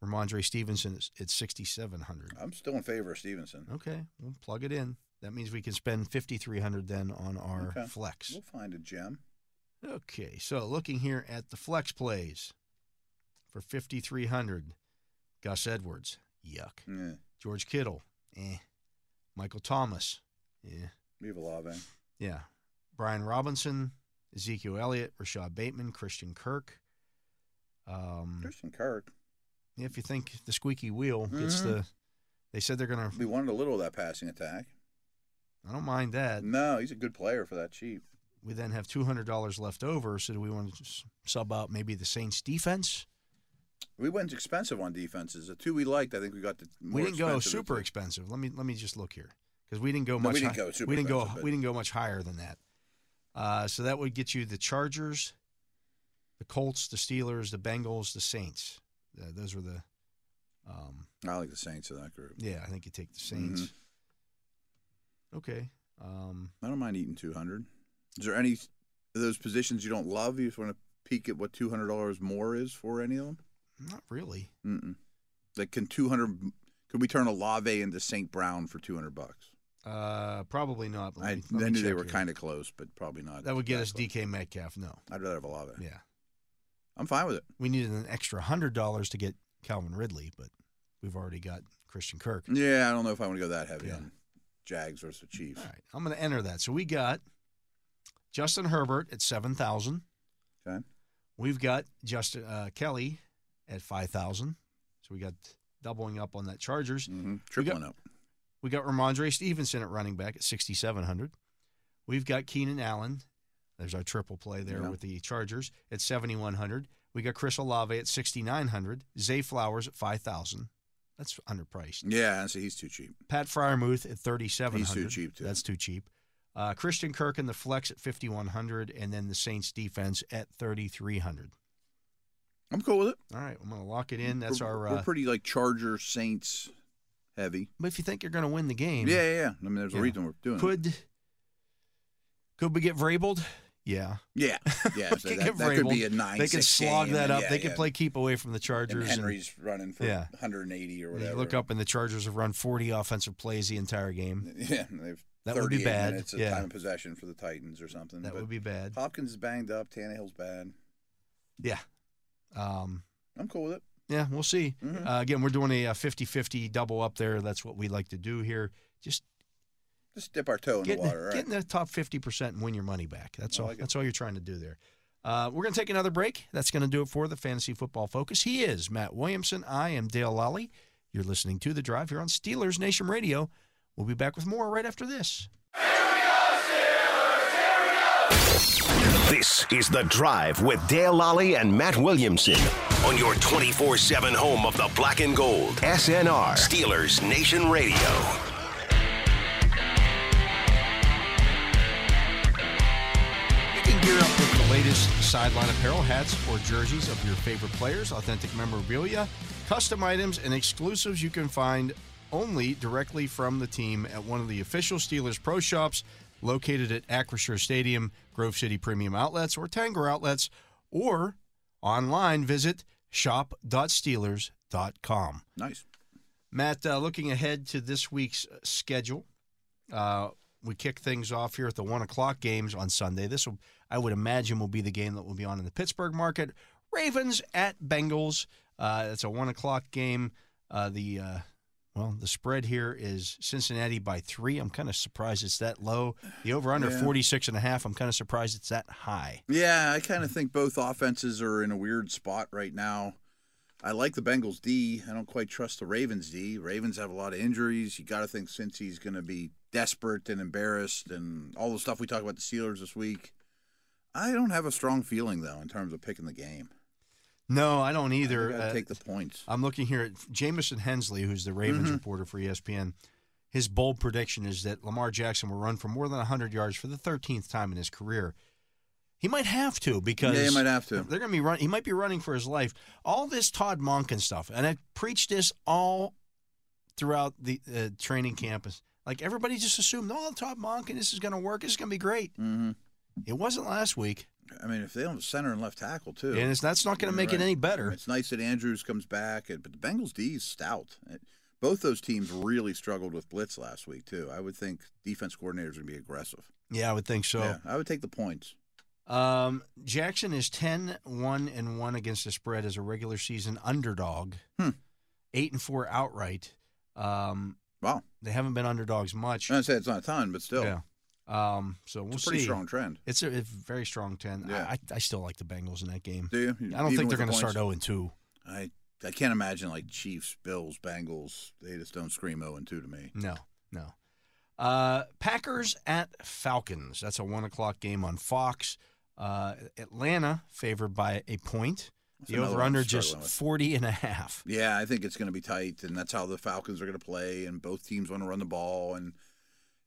Speaker 2: Ramondre Stevenson is at sixty seven hundred.
Speaker 3: I'm still in favor of Stevenson.
Speaker 2: Okay, we'll plug it in. That means we can spend fifty three hundred then on our
Speaker 3: Okay.
Speaker 2: flex.
Speaker 3: We'll find a gem.
Speaker 2: Okay, so looking here at the flex plays for fifty three hundred, Gus Edwards, yuck.
Speaker 3: Yeah.
Speaker 2: George Kittle, eh. Michael Thomas, eh.
Speaker 3: We have a lava.
Speaker 2: Yeah. Brian Robinson, Ezekiel Elliott, Rashad Bateman, Christian Kirk. Um,
Speaker 3: Christian Kirk.
Speaker 2: if you think the squeaky wheel gets
Speaker 3: Mhm.
Speaker 2: the, they said they're gonna.
Speaker 3: We wanted a little of that passing attack.
Speaker 2: I don't mind that.
Speaker 3: No, he's a good player for that cheap.
Speaker 2: We then have two hundred dollars left over, so do we want to just sub out maybe the Saints defense?
Speaker 3: We went expensive on defenses. The two we liked, I think we got the more
Speaker 2: we didn't go
Speaker 3: expensive of the
Speaker 2: super
Speaker 3: two.
Speaker 2: expensive. Let me let me just look here because we didn't go
Speaker 3: No,
Speaker 2: much.
Speaker 3: we didn't
Speaker 2: hi-
Speaker 3: go super
Speaker 2: we didn't go.
Speaker 3: expensive, but-
Speaker 2: We didn't go much higher than that. Uh, so that would get you the Chargers, the Colts, the Steelers, the Bengals, the Saints. Uh, those were the. Um,
Speaker 3: I like the Saints of that group.
Speaker 2: yeah, I think you take the
Speaker 3: Mm-hmm.
Speaker 2: Saints. Okay. Um,
Speaker 3: I don't mind eating 200. Is there any of those positions you don't love? You just want to peek at what $200 more is for any of them?
Speaker 2: not really.
Speaker 3: Mm-mm. Like, can 200, could we turn a Lave into St. Brown for 200 bucks?
Speaker 2: Uh, probably not. Let
Speaker 3: I,
Speaker 2: me- let me
Speaker 3: I knew they
Speaker 2: check
Speaker 3: were
Speaker 2: here.
Speaker 3: kind of close, but probably not.
Speaker 2: That would get us
Speaker 3: close.
Speaker 2: DK Metcalf. No.
Speaker 3: I'd rather have a Lave.
Speaker 2: Yeah.
Speaker 3: I'm fine with it.
Speaker 2: We needed an extra hundred dollars to get Calvin Ridley, but we've already got Christian Kirk.
Speaker 3: Yeah, I don't know if I want to go that heavy
Speaker 2: Yeah.
Speaker 3: on Jags versus the Chiefs.
Speaker 2: All right, I'm going to enter that. So we got Justin Herbert at seven thousand.
Speaker 3: Okay.
Speaker 2: We've got Justin uh, Kelly at five thousand. So we got doubling up on that Chargers.
Speaker 3: Mm-hmm. Tripling up.
Speaker 2: We got Ramondre Stevenson at running back at sixty seven hundred. We've got Keenan Allen. There's our triple play there
Speaker 3: Yeah.
Speaker 2: with the Chargers at seventy one hundred. We got Chris Olave at sixty nine hundred. Zay Flowers at five thousand. That's underpriced.
Speaker 3: Yeah, and so he's too cheap.
Speaker 2: Pat Fryermuth at 3700.
Speaker 3: He's too cheap, too.
Speaker 2: That's too cheap. Uh, Christian Kirk and the flex at 5100 and then the Saints defense at 3300.
Speaker 3: I'm cool with it.
Speaker 2: All right, I'm going to lock it in. That's
Speaker 3: we're,
Speaker 2: our
Speaker 3: We're
Speaker 2: uh,
Speaker 3: pretty like Charger Saints heavy.
Speaker 2: But if you think you're going to win the game,
Speaker 3: Yeah, yeah, yeah. I mean, there's
Speaker 2: you
Speaker 3: a
Speaker 2: know,
Speaker 3: reason we're doing. it.
Speaker 2: Could could we get Vrabeled? Yeah.
Speaker 3: Yeah, yeah.
Speaker 2: We
Speaker 3: so
Speaker 2: could
Speaker 3: that,
Speaker 2: get
Speaker 3: that could be
Speaker 2: Vrabel.
Speaker 3: a nine.
Speaker 2: They could slog that up. they
Speaker 3: could
Speaker 2: could play keep away from the Chargers.
Speaker 3: And
Speaker 2: and-
Speaker 3: Henry's running for
Speaker 2: Yeah.
Speaker 3: 180 or
Speaker 2: You
Speaker 3: whatever.
Speaker 2: look up, and the Chargers have run 40 offensive plays the entire game.
Speaker 3: Yeah, and they've
Speaker 2: That
Speaker 3: 38
Speaker 2: would be bad,
Speaker 3: minutes of
Speaker 2: yeah.
Speaker 3: time of possession for the Titans or something.
Speaker 2: That
Speaker 3: but
Speaker 2: would be bad.
Speaker 3: Hopkins is banged up. Tannehill's bad.
Speaker 2: Yeah. Um,
Speaker 3: I'm cool with it.
Speaker 2: yeah, we'll see.
Speaker 3: Mhm.
Speaker 2: Uh, again, we're doing a 50 50 double up there. That's what we like to do here. Just
Speaker 3: Just dip our toe in
Speaker 2: get,
Speaker 3: the
Speaker 2: in the-
Speaker 3: water.
Speaker 2: get
Speaker 3: Right?
Speaker 2: in the top 50% and win your money back. That's
Speaker 3: I
Speaker 2: all.
Speaker 3: like it.
Speaker 2: That's all you're trying to do there. Uh, we're going to take another break. That's going to do it for the Fantasy Football Focus. He is Matt Williamson. I am Dale Lally. You're listening to The Drive here on Steelers Nation Radio. We'll be back with more right after this.
Speaker 1: This is The Drive with Dale Lally and Matt Williamson on your 24 7 home of the black and gold. SNR, Steelers Nation Radio.
Speaker 2: You can gear up with the latest sideline apparel, hats, or jerseys of your favorite players, authentic memorabilia, custom items, and exclusives you can find only directly from the team at one of the official Steelers Pro Shops located at Acrisure Stadium, Grove City Premium Outlets, or Tanger Outlets, or online visit shop.steelers.com.
Speaker 3: Nice.
Speaker 2: Matt, uh, looking ahead to this week's schedule, uh, we kick things off here at the one o'clock games on Sunday. This will, I would imagine, will be the game that will be on in the Pittsburgh market. Ravens at Bengals. Uh, it's a one o'clock game. Uh, the uh, well, the spread here is Cincinnati by three. I'm kind of surprised it's that low. The over under
Speaker 3: Yeah.
Speaker 2: 46 and a half. I'm kind of surprised it's that high.
Speaker 3: Yeah, I kind of think both offenses are in a weird spot right now. I like the Bengals D. I don't quite trust the Ravens D. Ravens have a lot of injuries. You got to think since he's going to be desperate and embarrassed and all the stuff we talk about the Steelers this week. I don't have a strong feeling though in terms of picking the game.
Speaker 2: No, I don't either.
Speaker 3: got
Speaker 2: Uh,
Speaker 3: to take the points.
Speaker 2: I'm looking here at Jamison Hensley, who's the Ravens
Speaker 3: Mm-hmm.
Speaker 2: reporter for E ESPN. His bold prediction is that Lamar Jackson will run for more than 100 yards for the 13th time in his career. He might have to because
Speaker 3: Yeah, he might have to.
Speaker 2: They're going to be run. He might be running for his life. All this Todd Monken stuff, and I preached this all throughout the uh, training campus. Like everybody just assumed, oh, Todd Monken, this is going to work. This is going to be great.
Speaker 3: hmm
Speaker 2: It wasn't last week,
Speaker 3: I mean, if they don't have a center and left tackle too,
Speaker 2: and it's that's not going to
Speaker 3: You're
Speaker 2: make
Speaker 3: right.
Speaker 2: it any better.
Speaker 3: It's nice that Andrews comes back, and, but the Bengals D is stout. It- Both those teams really struggled with blitz last week too. I would think defense coordinators are going to be aggressive.
Speaker 2: Yeah, I would think so.
Speaker 3: yeah, I would take the points.
Speaker 2: Um, Jackson is 10 1 and 1 against the spread as a regular season underdog,
Speaker 3: Hmm.
Speaker 2: 8 and 4 outright. Um,
Speaker 3: Wow,
Speaker 2: they haven't been underdogs much.
Speaker 3: I say it's not a ton, but still,
Speaker 2: Yeah. Um, so we'll
Speaker 3: it's a pretty
Speaker 2: see.
Speaker 3: strong trend.
Speaker 2: It's a, it's a very strong 10.
Speaker 3: Yeah.
Speaker 2: I, I, I still like the Bengals in that game.
Speaker 3: Do you?
Speaker 2: I don't think they're
Speaker 3: going to
Speaker 2: start 0 and 2.
Speaker 3: I I can't imagine like Chiefs, Bills, Bengals. They just don't scream zero and two to me.
Speaker 2: No, no. Uh, Packers at Falcons. That's a 1 o'clock game on Fox. Uh, Atlanta favored by a point.
Speaker 3: That's
Speaker 2: The
Speaker 3: another one
Speaker 2: over
Speaker 3: I'm
Speaker 2: under just
Speaker 3: struggling with.
Speaker 2: 40 and a half.
Speaker 3: Yeah, I think it's going to be tight, and that's how the Falcons are going to play. And both teams want to run the ball, and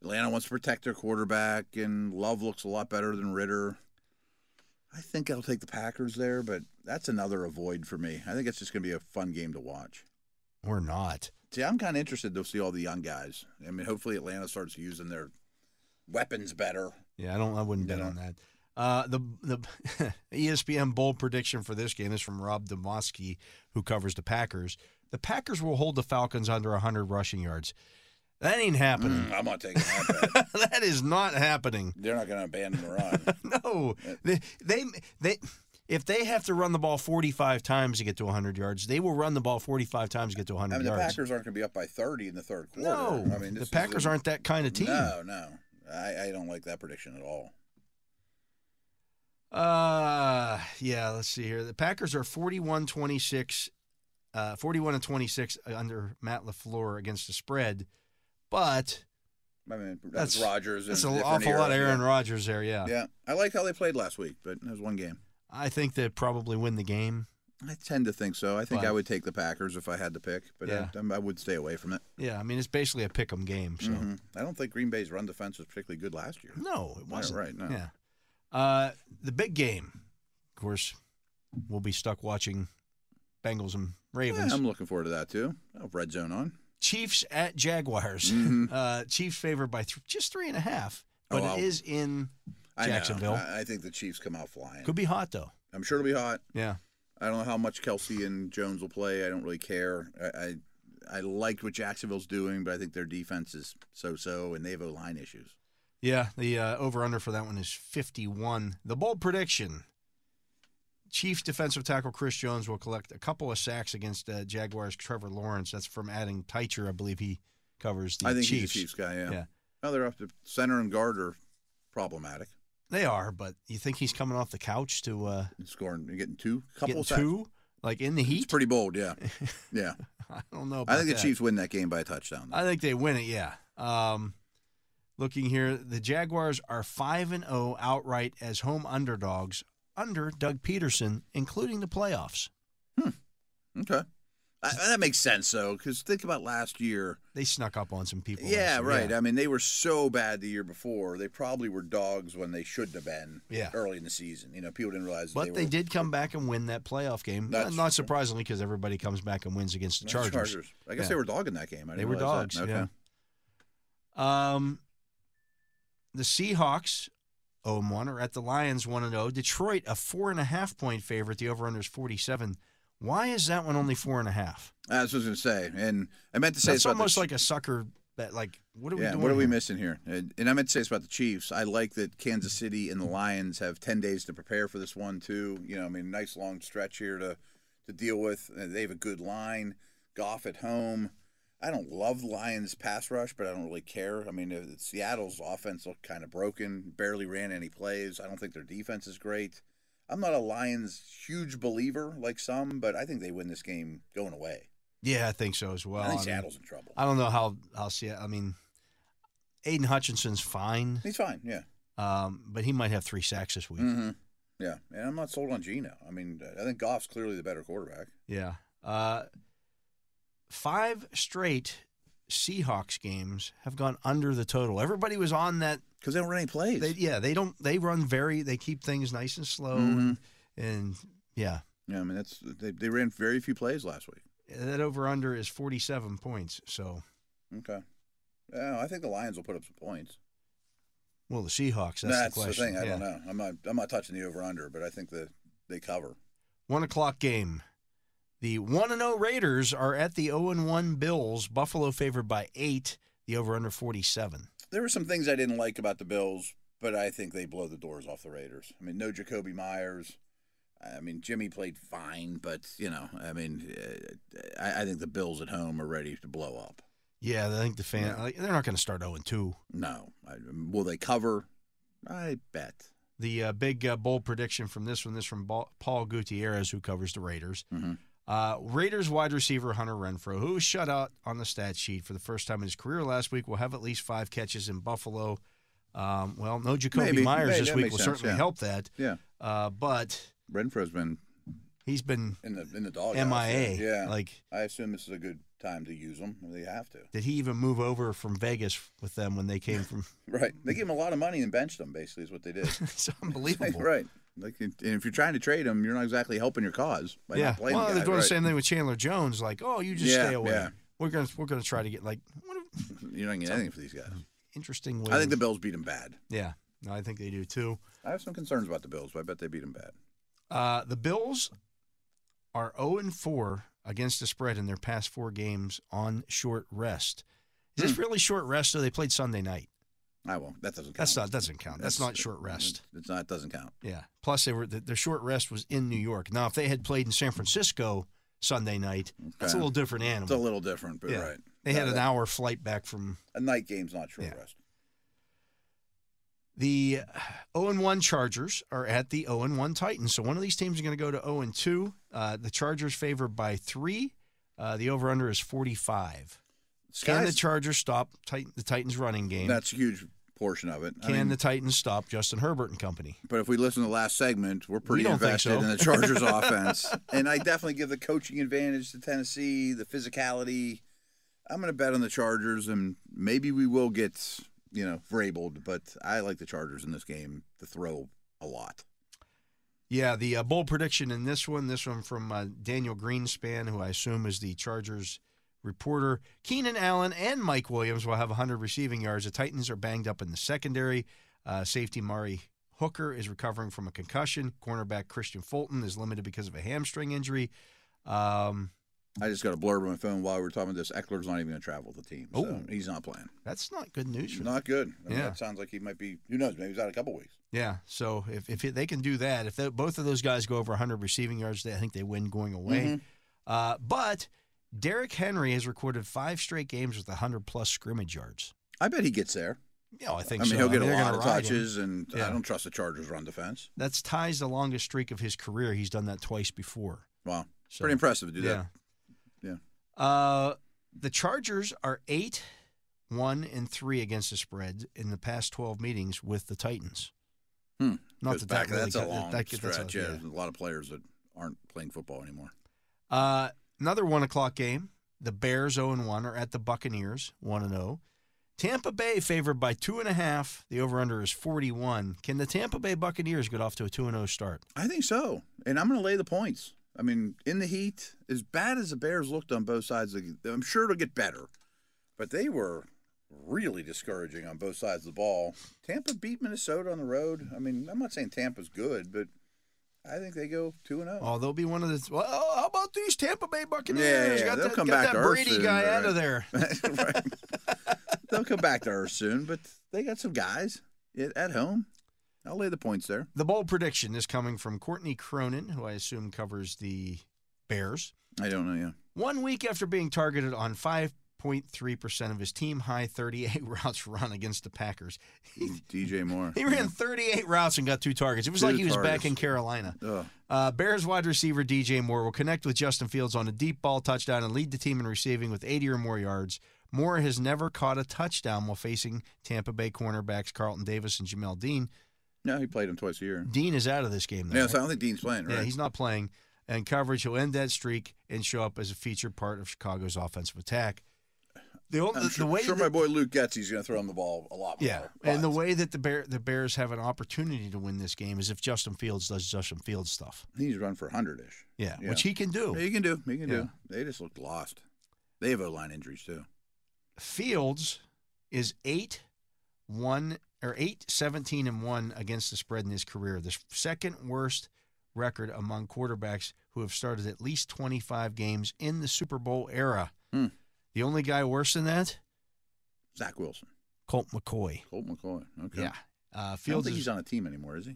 Speaker 3: Atlanta wants to protect their quarterback. And Love looks a lot better than Ritter. I think I'll take the Packers there, but that's another avoid for me. I think it's just going to be a fun game to watch.
Speaker 2: Or not.
Speaker 3: See, I'm kind of interested to see all the young guys. I mean, hopefully Atlanta starts using their weapons better.
Speaker 2: Yeah, I don't. I wouldn't bet
Speaker 3: Yeah.
Speaker 2: on that. Uh, the the E ESPN bold prediction for this game is from Rob Demosky, who covers the Packers. The Packers will hold the Falcons under 100 rushing yards. That ain't happening.
Speaker 3: Mm, I'm not taking that. bet.
Speaker 2: that is not happening.
Speaker 3: They're not going to abandon the run.
Speaker 2: No, they, they they if they have to run the ball 45 times to get to 100 yards, they will run the ball 45 times to get to 100
Speaker 3: I mean, the
Speaker 2: yards.
Speaker 3: Packers aren't going to be up by 30 in the third quarter.
Speaker 2: no,
Speaker 3: I mean,
Speaker 2: the
Speaker 3: this is
Speaker 2: Packers
Speaker 3: a-
Speaker 2: aren't that kind of team.
Speaker 3: No, no. I, I don't like that prediction at all.
Speaker 2: Uh yeah, let's see here. The Packers are 41-26 uh 41 and 26 under Matt LaFleur against the spread. But
Speaker 3: I mean, that's,
Speaker 2: That's-
Speaker 3: Rodgers.
Speaker 2: that's
Speaker 3: in
Speaker 2: an
Speaker 3: a different
Speaker 2: awful
Speaker 3: era.
Speaker 2: lot of Aaron
Speaker 3: yeah.
Speaker 2: Rodgers there, yeah.
Speaker 3: Yeah, I like how they played last week, but it was one game.
Speaker 2: I think they probably win the game.
Speaker 3: I tend to think so. I think
Speaker 2: But-
Speaker 3: I would take the Packers if I had to pick, but uh,
Speaker 2: Yeah.
Speaker 3: I, I would stay away from it.
Speaker 2: Yeah, I mean it's basically a pick 'em game. So
Speaker 3: Mhm. I don't think Green Bay's run defense was particularly good last year.
Speaker 2: no, it wasn't.
Speaker 3: right, no.
Speaker 2: Yeah. Uh, the big game, of course, we'll be stuck watching Bengals and Ravens.
Speaker 3: Yeah, I'm looking forward to that too. I'll have red zone on.
Speaker 2: Chiefs at Jaguars. Uh, Chiefs favored by th- just three and a half,
Speaker 3: Mm-hmm. Oh,
Speaker 2: but
Speaker 3: I'll-
Speaker 2: it is in
Speaker 3: I know.
Speaker 2: Jacksonville.
Speaker 3: I, I think the Chiefs come out flying.
Speaker 2: Could be hot though.
Speaker 3: I'm sure it'll be hot.
Speaker 2: Yeah.
Speaker 3: I don't know how much Kelsey and Jones will play. I don't really care. I I, I liked what Jacksonville's doing, but I think their defense is so-so, and they have O-line issues.
Speaker 2: Yeah, the uh, over under for that one is 51. The bold prediction Chiefs defensive tackle Chris Jones will collect a couple of sacks against uh, Jaguars Trevor Lawrence. That's from adding Teicher. I believe he covers the
Speaker 3: I think
Speaker 2: Chiefs.
Speaker 3: he's a Chiefs guy. Yeah.
Speaker 2: Yeah.
Speaker 3: No, they're up to center and guard are problematic.
Speaker 2: They are, but you think he's coming off the couch to uh,
Speaker 3: And scoring, you're getting two, couple
Speaker 2: get
Speaker 3: sacks.
Speaker 2: two? Like in the
Speaker 3: It's
Speaker 2: heat?
Speaker 3: pretty bold. Yeah. Yeah.
Speaker 2: I don't know.
Speaker 3: I
Speaker 2: About
Speaker 3: think the
Speaker 2: that.
Speaker 3: Chiefs win that game by a touchdown. though.
Speaker 2: I think they win it. Yeah. Um, looking here, the Jaguars are five and zero outright as home underdogs under Doug Peterson, including the playoffs.
Speaker 3: Okay. I, that makes sense though, because think about last year.
Speaker 2: They snuck up on some people.
Speaker 3: Yeah,
Speaker 2: last year.
Speaker 3: right.
Speaker 2: Yeah.
Speaker 3: I mean, they were so bad the year before. They probably were dogs when they shouldn't have been.
Speaker 2: Yeah.
Speaker 3: Early in the season, you know, people didn't realize.
Speaker 2: But
Speaker 3: that
Speaker 2: they
Speaker 3: were
Speaker 2: did come back and win that playoff game. Not,
Speaker 3: That's
Speaker 2: not
Speaker 3: true.
Speaker 2: surprisingly, because everybody comes back and wins against the
Speaker 3: That's
Speaker 2: Chargers.
Speaker 3: I guess
Speaker 2: Yeah.
Speaker 3: they were dogging that game. I didn't
Speaker 2: They were
Speaker 3: realize
Speaker 2: dogs.
Speaker 3: that. Okay.
Speaker 2: Yeah. Um, the Seahawks, 0 1, are at the Lions 1 and 0. Detroit, a four and a half point favorite. The over under is 47. Why is that one only four and a half?
Speaker 3: That's what I was gonna say, and I meant to say
Speaker 2: That's
Speaker 3: it's about the
Speaker 2: almost
Speaker 3: Chi-
Speaker 2: like a sucker bet. Like, what are we
Speaker 3: yeah,
Speaker 2: doing?
Speaker 3: what are we
Speaker 2: here?
Speaker 3: missing here? And, and I meant to say it's about the Chiefs. I like that Kansas City and the Lions have ten days to prepare for this one too. You know, I mean, nice long stretch here to to deal with. Uh, They have a good line. Goff at home. I don't love the Lions pass rush, but I don't really care. I mean, uh, Seattle's offense looked kind of broken. Barely ran any plays. I don't think their defense is great. I'm not a Lions huge believer like some, but I think they win this game going away.
Speaker 2: Yeah, I think so as well.
Speaker 3: I
Speaker 2: I
Speaker 3: think
Speaker 2: mean,
Speaker 3: Seattle's in trouble.
Speaker 2: I don't know how, how Seattle. I mean, Aiden Hutchinson's fine,
Speaker 3: He's fine. Yeah.
Speaker 2: um, but he might have three sacks this week.
Speaker 3: hmm Yeah, and I'm not sold on Gino. I mean, I think Goff's clearly the better quarterback.
Speaker 2: Yeah. Uh, five straight Seahawks games have gone under the total. Everybody was on that.
Speaker 3: Because they don't run any plays.
Speaker 2: They, yeah, they don't. They run very. They keep things nice and slow. And, and yeah,
Speaker 3: Mm-hmm. yeah, I mean that's they, they ran very few plays last week.
Speaker 2: that over under is forty seven points. So
Speaker 3: Okay. Yeah, I think the Lions will put up some points.
Speaker 2: well, the Seahawks. That's, the question.
Speaker 3: thing. I
Speaker 2: yeah.
Speaker 3: don't know. I'm not I'm not touching the over under, but I think that they cover.
Speaker 2: One o'clock game. The one and zero Raiders are at the zero and one Bills. Buffalo favored by eight. The over under forty seven.
Speaker 3: There were some things I didn't like about the Bills, but I think they blow the doors off the Raiders. I mean, no Jacoby Myers. I mean, Jimmy played fine, but you know, I mean, uh, I, I think the Bills at home are ready to blow up.
Speaker 2: Yeah, I think the fan. like, they're not going to start zero and two.
Speaker 3: No. I, will they cover? I bet.
Speaker 2: the uh, big uh, bold prediction from this one this from Ba- Paul Gutierrez, who covers the Raiders. Uh, Raiders wide receiver Hunter Renfro, who was shut out on the stat sheet for the first time in his career last week, will have at least five catches in Buffalo. Um, well, no Jacoby
Speaker 3: Maybe.
Speaker 2: Myers
Speaker 3: May-
Speaker 2: this
Speaker 3: that
Speaker 2: week
Speaker 3: makes
Speaker 2: will
Speaker 3: sense,
Speaker 2: certainly
Speaker 3: yeah.
Speaker 2: help that,
Speaker 3: Yeah.
Speaker 2: uh, but
Speaker 3: Renfro's been
Speaker 2: he's been
Speaker 3: in the in the dog.
Speaker 2: MIA.
Speaker 3: Oh, Yeah.
Speaker 2: Like,
Speaker 3: I assume this is a good time to use them. They have to.
Speaker 2: did he even move over from Vegas with them when they came from?
Speaker 3: Right. They gave him a lot of money and benched him. Basically, is what they did.
Speaker 2: it's unbelievable.
Speaker 3: right. Like, and if you're trying to trade him, you're not exactly helping your cause by
Speaker 2: yeah.
Speaker 3: not playing
Speaker 2: well,
Speaker 3: the guy.
Speaker 2: they're doing
Speaker 3: right.
Speaker 2: the same thing with Chandler Jones. Like, oh, you just
Speaker 3: Yeah,
Speaker 2: stay away.
Speaker 3: yeah.
Speaker 2: We're gonna we're gonna try to get like what a
Speaker 3: You're not getting anything for these guys.
Speaker 2: interesting way.
Speaker 3: I
Speaker 2: of-
Speaker 3: think the Bills beat him bad.
Speaker 2: Yeah, no, I think they do too.
Speaker 3: I have some concerns about the Bills, but I bet they beat him bad.
Speaker 2: Uh, the Bills are 0 and 4 against the spread in their past four games on short rest. Is
Speaker 3: Hmm.
Speaker 2: this really short rest? So they played Sunday night.
Speaker 3: I won't. That doesn't count.
Speaker 2: That's not doesn't count. That's, not short rest.
Speaker 3: It's not. It doesn't count.
Speaker 2: Yeah. Plus, they were th- their short rest was in New York. Now, if they had played in San Francisco Sunday night, that's a
Speaker 3: Okay.
Speaker 2: little different animal.
Speaker 3: It's a little different, but
Speaker 2: Yeah.
Speaker 3: right.
Speaker 2: They had
Speaker 3: That-
Speaker 2: an hour flight back from
Speaker 3: A night game's not short
Speaker 2: Yeah.
Speaker 3: rest.
Speaker 2: The 0 1 Chargers are at the 0 1 Titans. So one of these teams is going to go to 0 2. Uh, the Chargers favored by three. Uh, the over under is 45. Can the
Speaker 3: Sky's-
Speaker 2: Chargers stop Titan, the Titans' running game?
Speaker 3: That's a huge portion of it. I
Speaker 2: Can
Speaker 3: mean,
Speaker 2: the Titans stop Justin Herbert and company?
Speaker 3: but if we listen to the last segment, we're pretty
Speaker 2: don't think
Speaker 3: invested
Speaker 2: so.
Speaker 3: in the Chargers offense. And I definitely give the coaching advantage to Tennessee, the physicality. I'm going to bet on the Chargers, and maybe we will get, you know, Vrabeled, but I like the Chargers in this game to throw a lot.
Speaker 2: Yeah, the uh, bold prediction in this one, this one from uh, Daniel Greenspan, who I assume is the Chargers reporter. Keenan Allen and Mike Williams will have 100 receiving yards. The Titans are banged up in the secondary. Uh, safety Mari Hooker is recovering from a concussion. Cornerback Christian Fulton is limited because of a hamstring injury. Um,
Speaker 3: I just got a blurb on my phone while we were talking about this. Eckler's not even going to travel with the team. So
Speaker 2: Oh.
Speaker 3: he's not playing.
Speaker 2: that's not good news for them.
Speaker 3: Not good. I mean,
Speaker 2: Yeah.
Speaker 3: That sounds like he might be, who knows, maybe he's out a couple weeks.
Speaker 2: Yeah. So if, if they can do that, if tho- both of those guys go over 100 receiving yards, they- I think they win going away.
Speaker 3: Mm-hmm.
Speaker 2: Uh, but Derrick Henry has recorded five straight games with 100 plus scrimmage yards.
Speaker 3: I bet he gets there.
Speaker 2: Yeah, I
Speaker 3: I
Speaker 2: think
Speaker 3: mean,
Speaker 2: so.
Speaker 3: he'll get
Speaker 2: they're
Speaker 3: a lot
Speaker 2: gonna
Speaker 3: of
Speaker 2: ride him.
Speaker 3: touches, and
Speaker 2: Yeah.
Speaker 3: I don't trust the Chargers run defense.
Speaker 2: That's ties the longest streak of his career. He's done that twice before.
Speaker 3: Wow.
Speaker 2: So,
Speaker 3: Pretty impressive to do that.
Speaker 2: Yeah. Uh, the Chargers are eight, one, and three against the spread in the past 12 meetings with the Titans.
Speaker 3: Hmm.
Speaker 2: Not
Speaker 3: Goes
Speaker 2: that that
Speaker 3: back,
Speaker 2: really
Speaker 3: that's a
Speaker 2: cut-
Speaker 3: long
Speaker 2: that- that's a-
Speaker 3: stretch. yeah.
Speaker 2: yeah.
Speaker 3: There's a lot of players that aren't playing football anymore.
Speaker 2: Uh, another one o'clock game. The Bears 0 1 are at the Buccaneers 1 0. Tampa Bay favored by two and a half. The over under is 41. Can the Tampa Bay Buccaneers get off to a 2 0 start?
Speaker 3: I think so, and I'm going to lay the points. I mean, in the heat, as bad as the Bears looked on both sides, of the, I'm sure it'll get better, but they were really discouraging on both sides of the ball. Tampa beat Minnesota on the road. I mean, I'm not saying Tampa's good, but I think they go two and zero.
Speaker 2: Oh, they'll be one of the. Well, oh, how about these Tampa Bay Buccaneers?
Speaker 3: Yeah, yeah, yeah.
Speaker 2: got
Speaker 3: They'll
Speaker 2: that,
Speaker 3: come
Speaker 2: got
Speaker 3: back
Speaker 2: that
Speaker 3: to earth
Speaker 2: Brady
Speaker 3: soon,
Speaker 2: guy out
Speaker 3: right?
Speaker 2: of there.
Speaker 3: Right. They'll come back to earth soon, but they got some guys at- at home. I'll lay the points there.
Speaker 2: The bold prediction is coming from Courtney Cronin, who I assume covers the Bears.
Speaker 3: I don't know. Yeah.
Speaker 2: One week after being targeted on 5.3% of his team high 38 routes run against the Packers,
Speaker 3: DJ Moore.
Speaker 2: He ran 38 routes and got two targets. It was
Speaker 3: Two
Speaker 2: like he was back
Speaker 3: targets.
Speaker 2: in Carolina.
Speaker 3: Ugh.
Speaker 2: Uh, Bears wide receiver DJ Moore will connect with Justin Fields on a deep ball touchdown and lead the team in receiving with 80 or more yards. Moore has never caught a touchdown while facing Tampa Bay cornerbacks Carlton Davis and Jamel Dean.
Speaker 3: No, he played him twice a year.
Speaker 2: Dean is out of this game. Though,
Speaker 3: Yeah,
Speaker 2: right?
Speaker 3: so I don't think Dean's playing, right?
Speaker 2: yeah, he's not playing. And coverage, he'll end that streak and show up as a featured part of Chicago's offensive attack. The, only
Speaker 3: I'm
Speaker 2: the
Speaker 3: sure,
Speaker 2: way
Speaker 3: sure
Speaker 2: that-
Speaker 3: my boy Luke gets he's going to throw him the ball a lot more.
Speaker 2: Yeah, and the
Speaker 3: but
Speaker 2: way that the bear the Bears have an opportunity to win this game is if Justin Fields does Justin Fields stuff.
Speaker 3: he's run for 100 ish.
Speaker 2: Yeah,
Speaker 3: Yeah.
Speaker 2: which he can do.
Speaker 3: He can do. He can
Speaker 2: Yeah.
Speaker 3: do. They just looked lost. They have O line injuries, too.
Speaker 2: Fields is eight one or eight seventeen and one against the spread in his career, the second worst record among quarterbacks who have started at least twenty five games in the Super Bowl era.
Speaker 3: Hmm.
Speaker 2: The only guy worse than that,
Speaker 3: Zach Wilson,
Speaker 2: Colt McCoy.
Speaker 3: Colt McCoy. Okay.
Speaker 2: Yeah, uh,
Speaker 3: I don't
Speaker 2: Fields
Speaker 3: think
Speaker 2: is
Speaker 3: he's on a team anymore, is he?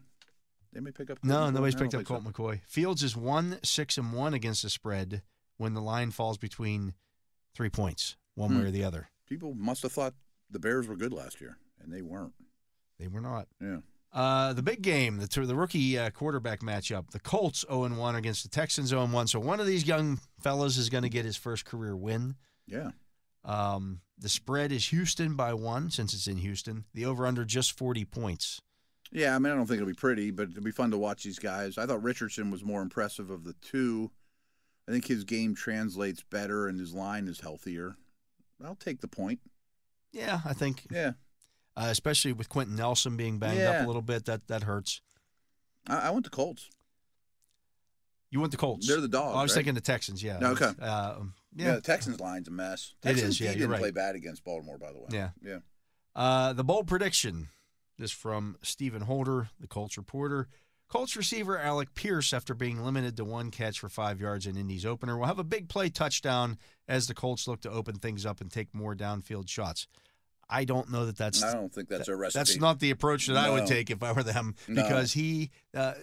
Speaker 3: They may pick up. Colt
Speaker 2: No,
Speaker 3: McCoy.
Speaker 2: nobody's
Speaker 3: I don't
Speaker 2: picked up
Speaker 3: think so.
Speaker 2: Colt McCoy. Fields is one six and one against the spread when the line falls between three points, one way
Speaker 3: Hmm.
Speaker 2: or the other.
Speaker 3: People must have thought the Bears were good last year, and they weren't.
Speaker 2: They were not.
Speaker 3: Yeah.
Speaker 2: Uh, the big game, the the rookie uh, quarterback matchup. The Colts zero and one against the Texans zero and one. So one of these young fellas is going to get his first career win.
Speaker 3: Yeah.
Speaker 2: Um, the spread is Houston by one since it's in Houston. The over under just forty points.
Speaker 3: Yeah, I mean, I don't think it'll be pretty, but it'll be fun to watch these guys. I thought Richardson was more impressive of the two. I think his game translates better and his line is healthier. I'll take the point.
Speaker 2: Yeah, I think,
Speaker 3: Yeah,
Speaker 2: uh, especially with Quentin Nelson being banged up
Speaker 3: Yeah.
Speaker 2: a little bit, that that hurts.
Speaker 3: I, I want the Colts.
Speaker 2: You want the Colts?
Speaker 3: They're the dogs,
Speaker 2: I was
Speaker 3: right?
Speaker 2: thinking the Texans. Yeah.
Speaker 3: Okay.
Speaker 2: Uh, um,
Speaker 3: Yeah,
Speaker 2: yeah.
Speaker 3: the Texans line's a mess.
Speaker 2: It is,
Speaker 3: Texans D
Speaker 2: yeah, you're
Speaker 3: didn't
Speaker 2: right.
Speaker 3: play bad against Baltimore, by the way.
Speaker 2: Yeah.
Speaker 3: yeah.
Speaker 2: Uh, the bold prediction. This from Stephen Holder, the Colts reporter. Colts receiver Alec Pierce, after being limited to one catch for five yards in Indy's opener, will have a big play touchdown as the Colts look to open things up and take more downfield shots. I don't know that that's
Speaker 3: I don't think that's a recipe.
Speaker 2: that's not the approach that I would
Speaker 3: No.
Speaker 2: take if I were them
Speaker 3: No.
Speaker 2: because he uh,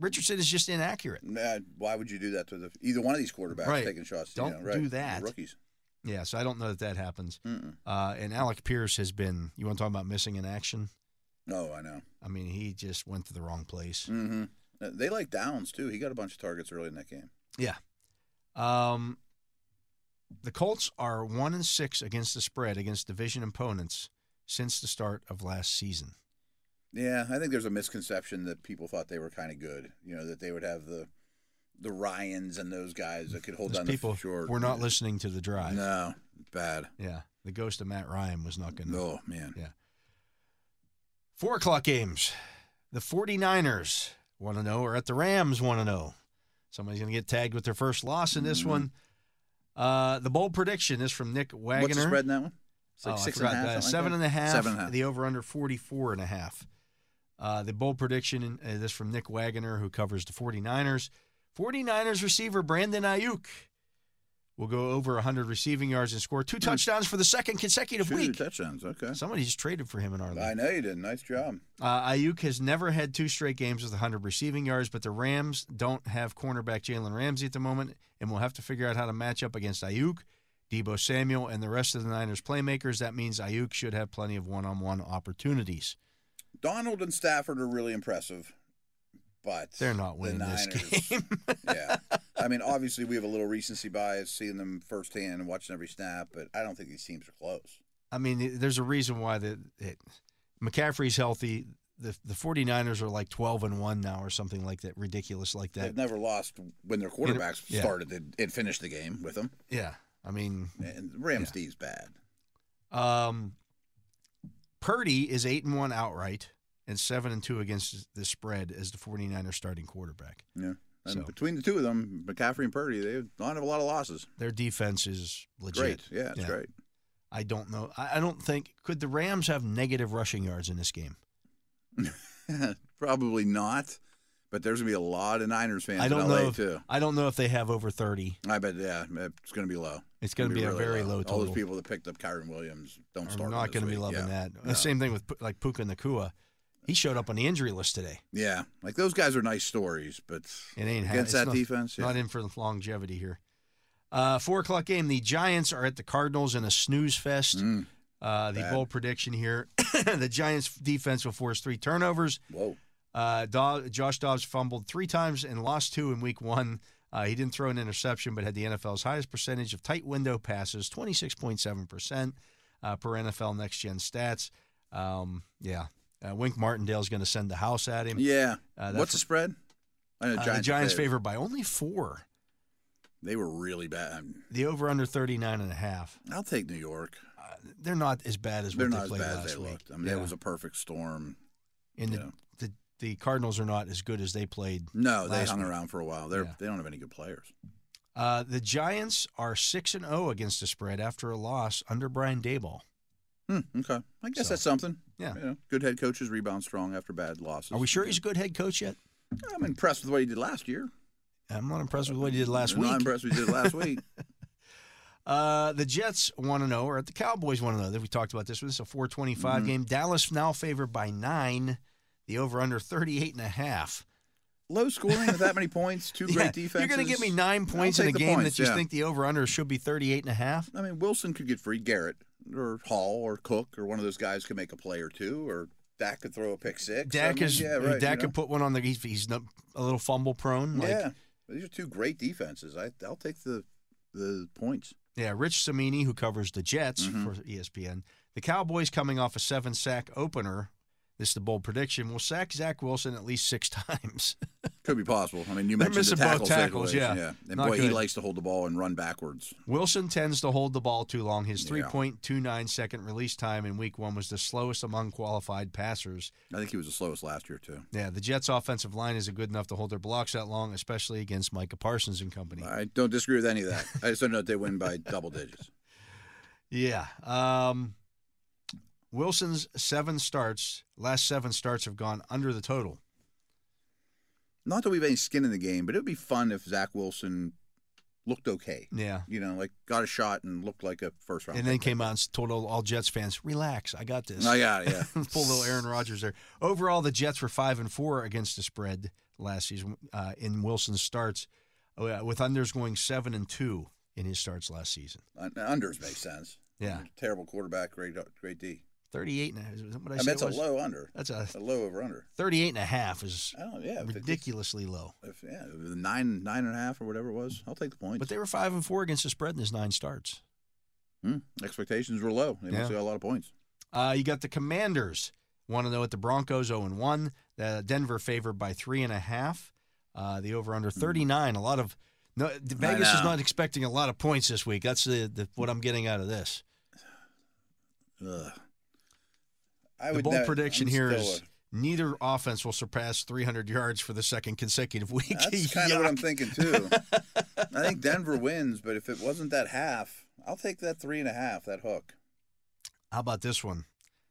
Speaker 2: Richardson is just inaccurate.
Speaker 3: Nah, why would you do that to the, either one of these quarterbacks
Speaker 2: Right.
Speaker 3: taking shots?
Speaker 2: Don't
Speaker 3: you know, right,
Speaker 2: do
Speaker 3: the
Speaker 2: that.
Speaker 3: Rookies.
Speaker 2: Yeah, so I don't know that that happens.
Speaker 3: Mm-mm.
Speaker 2: Uh, and Alec Pierce has been. You want to talk about missing in action?
Speaker 3: No, I know.
Speaker 2: I mean, he just went to the wrong place.
Speaker 3: hmm They like Downs too. He got a bunch of targets early in that game.
Speaker 2: Yeah. Um, the Colts are one and six against the spread against division opponents since the start of last season.
Speaker 3: Yeah, I think there's a misconception that people thought they were kind of good. You know, that they would have the the Ryans and those guys that could hold
Speaker 2: Those
Speaker 3: down
Speaker 2: people
Speaker 3: the short.
Speaker 2: were not listening to the drive.
Speaker 3: No, bad.
Speaker 2: Yeah, the ghost of Matt Ryan was not going to.
Speaker 3: Oh man.
Speaker 2: Yeah. Four o'clock games. The 49ers want to know, or at the Rams want to know. Somebody's going to get tagged with their first loss in
Speaker 3: Mm-hmm.
Speaker 2: this one. Uh, the bold prediction is from Nick Wagoner.
Speaker 3: What's the spread in that one? It's
Speaker 2: Oh, I
Speaker 3: six and a
Speaker 2: forgot
Speaker 3: half,
Speaker 2: that.
Speaker 3: something like
Speaker 2: Seven
Speaker 3: that?
Speaker 2: and a half.
Speaker 3: Seven and a half.
Speaker 2: The over under 44 and a half. Uh, the bold prediction uh, this from Nick Wagoner, who covers the 49ers. 49ers receiver Brandon Ayuk will go over 100 receiving yards and score two
Speaker 3: Hmm.
Speaker 2: touchdowns for the second consecutive
Speaker 3: Two
Speaker 2: week.
Speaker 3: touchdowns. Okay.
Speaker 2: Somebody just traded for him in our
Speaker 3: I
Speaker 2: league.
Speaker 3: know you did. Nice job.
Speaker 2: Uh, Ayuk has never had two straight games with 100 receiving yards, but the Rams don't have cornerback Jalen Ramsey at the moment, and we'll have to figure out how to match up against Ayuk, Debo Samuel, and the rest of the Niners' playmakers. That means Ayuk should have plenty of one-on-one opportunities.
Speaker 3: Donald and Stafford are really impressive, but
Speaker 2: They're not
Speaker 3: the
Speaker 2: winning this
Speaker 3: Niners-
Speaker 2: game.
Speaker 3: yeah, I mean, obviously we have a little recency bias, seeing them firsthand and watching every snap, but I don't think these teams are close.
Speaker 2: I mean, there's a reason why the it, McCaffrey's healthy. The, the 49ers are like 12 and 1 now or something like that ridiculous like that
Speaker 3: They've never lost when their quarterbacks
Speaker 2: yeah.
Speaker 3: started and- and finished the game with them.
Speaker 2: yeah i mean
Speaker 3: And Rams D's bad.
Speaker 2: Um, Purdy is eight and one outright and seven and two against the spread as the 49ers starting quarterback.
Speaker 3: Yeah, and
Speaker 2: So.
Speaker 3: between the two of them, McCaffrey and Purdy, they don't have a lot of losses.
Speaker 2: Their defense is legit.
Speaker 3: Great, yeah, it's great.
Speaker 2: I don't know. I, I don't think could the Rams have negative rushing yards in this game.
Speaker 3: Probably not, but there's gonna be a lot of Niners fans
Speaker 2: I
Speaker 3: in
Speaker 2: don't
Speaker 3: LA
Speaker 2: know. If,
Speaker 3: too.
Speaker 2: I don't know if they have over 30.
Speaker 3: I bet, yeah, it's going to be low.
Speaker 2: It's gonna be a very low
Speaker 3: All
Speaker 2: total.
Speaker 3: those people that picked up Kyron Williams don't
Speaker 2: I'm
Speaker 3: start. him
Speaker 2: not
Speaker 3: this
Speaker 2: going to be
Speaker 3: week.
Speaker 2: loving
Speaker 3: yeah.
Speaker 2: that.
Speaker 3: No.
Speaker 2: The same thing with Pu- like Puka Nakua. He showed up on the injury list today.
Speaker 3: Yeah, like those guys are nice stories, but
Speaker 2: It ain't ha-
Speaker 3: against
Speaker 2: it's
Speaker 3: that
Speaker 2: not-
Speaker 3: defense. Yeah.
Speaker 2: Not in for longevity here. Uh, four o'clock game. The Giants are at the Cardinals in a snooze fest. uh, the
Speaker 3: Mm. bad.
Speaker 2: bold prediction here: the Giants' defense will force three turnovers.
Speaker 3: Whoa,
Speaker 2: Uh, Daw- Josh Dobbs fumbled three times and lost two in Week One. Uh, he didn't throw an interception, but had the NFL's highest percentage of tight window passes, twenty six point seven percent uh, per NFL Next Gen Stats. Um, yeah, uh, Wink Martindale's going to send the house at him.
Speaker 3: yeah.
Speaker 2: Uh, that's
Speaker 3: What's the
Speaker 2: what-
Speaker 3: spread? I know
Speaker 2: Uh, the
Speaker 3: Giants are
Speaker 2: Giants
Speaker 3: favored.
Speaker 2: favored by only four.
Speaker 3: They were really bad. I'm-
Speaker 2: The over under 39 and a half. uh,
Speaker 3: I'll take New York.
Speaker 2: They're not as bad as
Speaker 3: They're
Speaker 2: what
Speaker 3: not
Speaker 2: they
Speaker 3: as
Speaker 2: played
Speaker 3: bad
Speaker 2: last
Speaker 3: as they
Speaker 2: week.
Speaker 3: looked. I mean,
Speaker 2: yeah.
Speaker 3: it was a perfect storm.
Speaker 2: and the,
Speaker 3: yeah. Mm.
Speaker 2: the the Cardinals are not as good as they played.
Speaker 3: No, they
Speaker 2: last
Speaker 3: hung
Speaker 2: week.
Speaker 3: around for a while. They're
Speaker 2: Yeah.
Speaker 3: they don't have any good players.
Speaker 2: Uh, the Giants are 6 and 0 against the spread after a loss under Brian Dayball.
Speaker 3: Hmm, okay, I guess
Speaker 2: So.
Speaker 3: that's something.
Speaker 2: Yeah.
Speaker 3: You know, good head coaches rebound strong after bad losses.
Speaker 2: Are we sure he's a good head coach yet?
Speaker 3: I'm impressed with what he did last year.
Speaker 2: I'm not impressed with what he did last
Speaker 3: I'm
Speaker 2: week.
Speaker 3: Not impressed with what he did last week.
Speaker 2: Uh, the Jets want to know, or the Cowboys want to know. That we talked about this one. This is a 425
Speaker 3: Mm-hmm.
Speaker 2: game. Dallas now favored by 9. The over under 38 and a half.
Speaker 3: low scoring with that many points, two
Speaker 2: Yeah,
Speaker 3: great defenses.
Speaker 2: You're going to give me nine
Speaker 3: I'll
Speaker 2: points in a
Speaker 3: take the
Speaker 2: game
Speaker 3: points,
Speaker 2: that you
Speaker 3: yeah.
Speaker 2: think the over under should be 38 and a half?
Speaker 3: I mean, Wilson could get free. Garrett or Hall or Cook or one of those guys could make a play or two, or Dak could throw a pick six. I
Speaker 2: Dak
Speaker 3: mean,
Speaker 2: is uh,
Speaker 3: yeah, right,
Speaker 2: Dak
Speaker 3: you
Speaker 2: could put one on the he's, he's not- a little fumble prone.
Speaker 3: know?
Speaker 2: Like,
Speaker 3: yeah. These are two great defenses. I I'll take the the points.
Speaker 2: yeah. Rich Samini, who covers the Jets
Speaker 3: Mm-hmm.
Speaker 2: for E ESPN, the Cowboys coming off a seven sack opener. This is the bold prediction. Will sack Zach Wilson at least six times.
Speaker 3: Could be possible. I mean, you
Speaker 2: They're
Speaker 3: mentioned the
Speaker 2: missing both
Speaker 3: tackle
Speaker 2: tackles,
Speaker 3: takeaways,
Speaker 2: yeah.
Speaker 3: And
Speaker 2: Not
Speaker 3: boy, he
Speaker 2: good.
Speaker 3: likes to hold the ball and run backwards.
Speaker 2: Wilson tends to hold the ball too long. His
Speaker 3: Yeah.
Speaker 2: 3.29 second release time in week one was the slowest among qualified passers.
Speaker 3: I think he was the slowest last year too.
Speaker 2: Yeah, the Jets' offensive line isn't good enough to hold their blocks that long, especially against Micah Parsons and company.
Speaker 3: I don't disagree with any of that. I just don't know if they win by double digits.
Speaker 2: Yeah. Um, Wilson's seven starts, last seven starts have gone under the total.
Speaker 3: Not that we have any skin in the game, but it would be fun if Zach Wilson looked okay.
Speaker 2: Yeah.
Speaker 3: you know, like got a shot and looked like a first round.
Speaker 2: And then came out and told all, all Jets fans, relax, I got this.
Speaker 3: I got it. Yeah,
Speaker 2: Full little Aaron Rodgers there. Overall, the Jets were five and four against the spread last season uh, in Wilson's starts, uh, with unders going seven and two in his starts last season.
Speaker 3: Un- unders make sense.
Speaker 2: Yeah.
Speaker 3: terrible quarterback, great great D.
Speaker 2: 38 and a half. Is that what I
Speaker 3: I,
Speaker 2: said
Speaker 3: mean, that's
Speaker 2: it
Speaker 3: a
Speaker 2: was?
Speaker 3: low under.
Speaker 2: That's a
Speaker 3: A low over under.
Speaker 2: 38 and a half is
Speaker 3: Oh yeah, if it-
Speaker 2: ridiculously low.
Speaker 3: If, yeah, if the nine nine and a half or whatever it was, I'll take the point.
Speaker 2: But they were five and four against the spread in his nine starts.
Speaker 3: Hmm, expectations were low. They
Speaker 2: Yeah.
Speaker 3: must have got a lot of points.
Speaker 2: Uh, you got the Commanders. Want to know at the Broncos 0 1. The Denver favored by three and a half. Uh, the over under 39. A lot of no, the Vegas is
Speaker 3: Hmm. know.
Speaker 2: not expecting a lot of points this week. That's the, the what I'm getting out of this.
Speaker 3: Ugh. I
Speaker 2: the bold
Speaker 3: not-
Speaker 2: prediction
Speaker 3: I'm
Speaker 2: here
Speaker 3: still
Speaker 2: is
Speaker 3: a-
Speaker 2: neither offense will surpass 300 yards for the second consecutive week.
Speaker 3: That's kind of what I'm
Speaker 2: Yuck.
Speaker 3: thinking too. I think Denver wins, but if it wasn't that half, I'll take that three and a half, that hook.
Speaker 2: How about this one?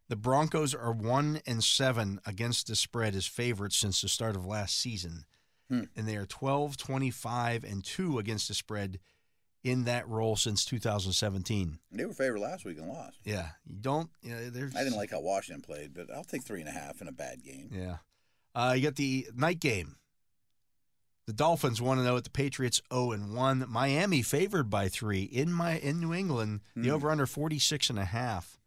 Speaker 2: The Broncos are one and seven against the spread as favorites since the start of last season.
Speaker 3: Hmm.
Speaker 2: And they are 12, 25, and 2 against the spread in that role since 2017.
Speaker 3: They were favored last week and lost.
Speaker 2: Yeah. You don't, you know, there's.
Speaker 3: I didn't like how Washington played, but I'll take three and a half in a bad game.
Speaker 2: Yeah. Uh, you got the night game. The Dolphins 1 0 at the Patriots 0 and 1. Miami favored by 3 in my in New England.
Speaker 3: Hmm.
Speaker 2: The over under 46 and a half.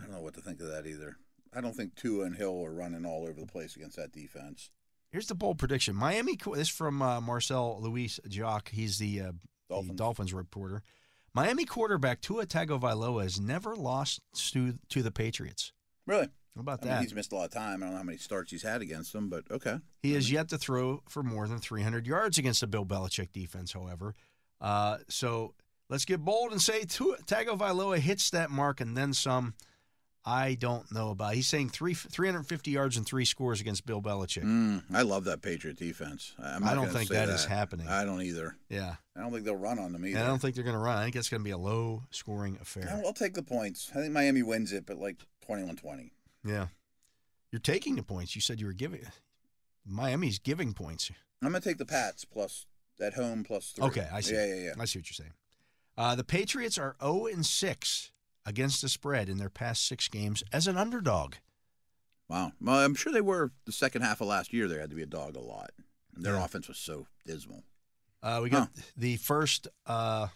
Speaker 3: I don't know what to think of that either. I don't think Tua and Hill are running all over the place against that defense.
Speaker 2: Here's the bold prediction. Miami this is from uh, Marcel Luis Jacques. He's the, uh, the
Speaker 3: Dolphins.
Speaker 2: Dolphins reporter. Miami quarterback Tua Tagovailoa has never lost to to the Patriots.
Speaker 3: Really?
Speaker 2: How about
Speaker 3: I mean,
Speaker 2: that?
Speaker 3: he's missed a lot of time. I don't know how many starts he's had against them, but okay.
Speaker 2: He has yet to throw for more than 300 yards against the Bill Belichick defense, however. Uh, so let's get bold and say Tua Tagovailoa hits that mark and then some. I don't know about. He's saying three 350 yards and three scores against Bill Belichick.
Speaker 3: Mm, I love that Patriot defense. I- I'm
Speaker 2: I
Speaker 3: not
Speaker 2: don't
Speaker 3: gonna
Speaker 2: think
Speaker 3: say
Speaker 2: that is happening.
Speaker 3: I don't either.
Speaker 2: Yeah.
Speaker 3: I don't think they'll run on them either.
Speaker 2: And I don't think they're going to run. I think it's going to be a low scoring affair.
Speaker 3: I'll, I'll take the points. I think Miami wins it, but like 21 20.
Speaker 2: Yeah. You're taking the points. You said you were giving. Miami's giving points.
Speaker 3: I'm going to take the Pats plus at home plus three.
Speaker 2: Okay, I see.
Speaker 3: Yeah, yeah, yeah.
Speaker 2: I see what you're saying. Uh, the Patriots are 0 and 6 against the spread in their past six games as an underdog.
Speaker 3: Wow. Well, I'm sure they were the second half of last year. They had to be a dog a lot. And their
Speaker 2: Yeah.
Speaker 3: offense was so dismal.
Speaker 2: Uh, we got the first uh,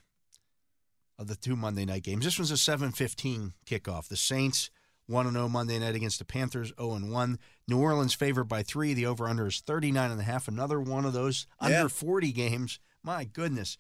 Speaker 2: of the two Monday night games. This one's a 7:15 kickoff. The Saints 1 0 Monday night against the Panthers 0 1. New Orleans favored by 3. The over under is 39 and a half. Another one of those
Speaker 3: Yeah.
Speaker 2: under 40 games. My goodness.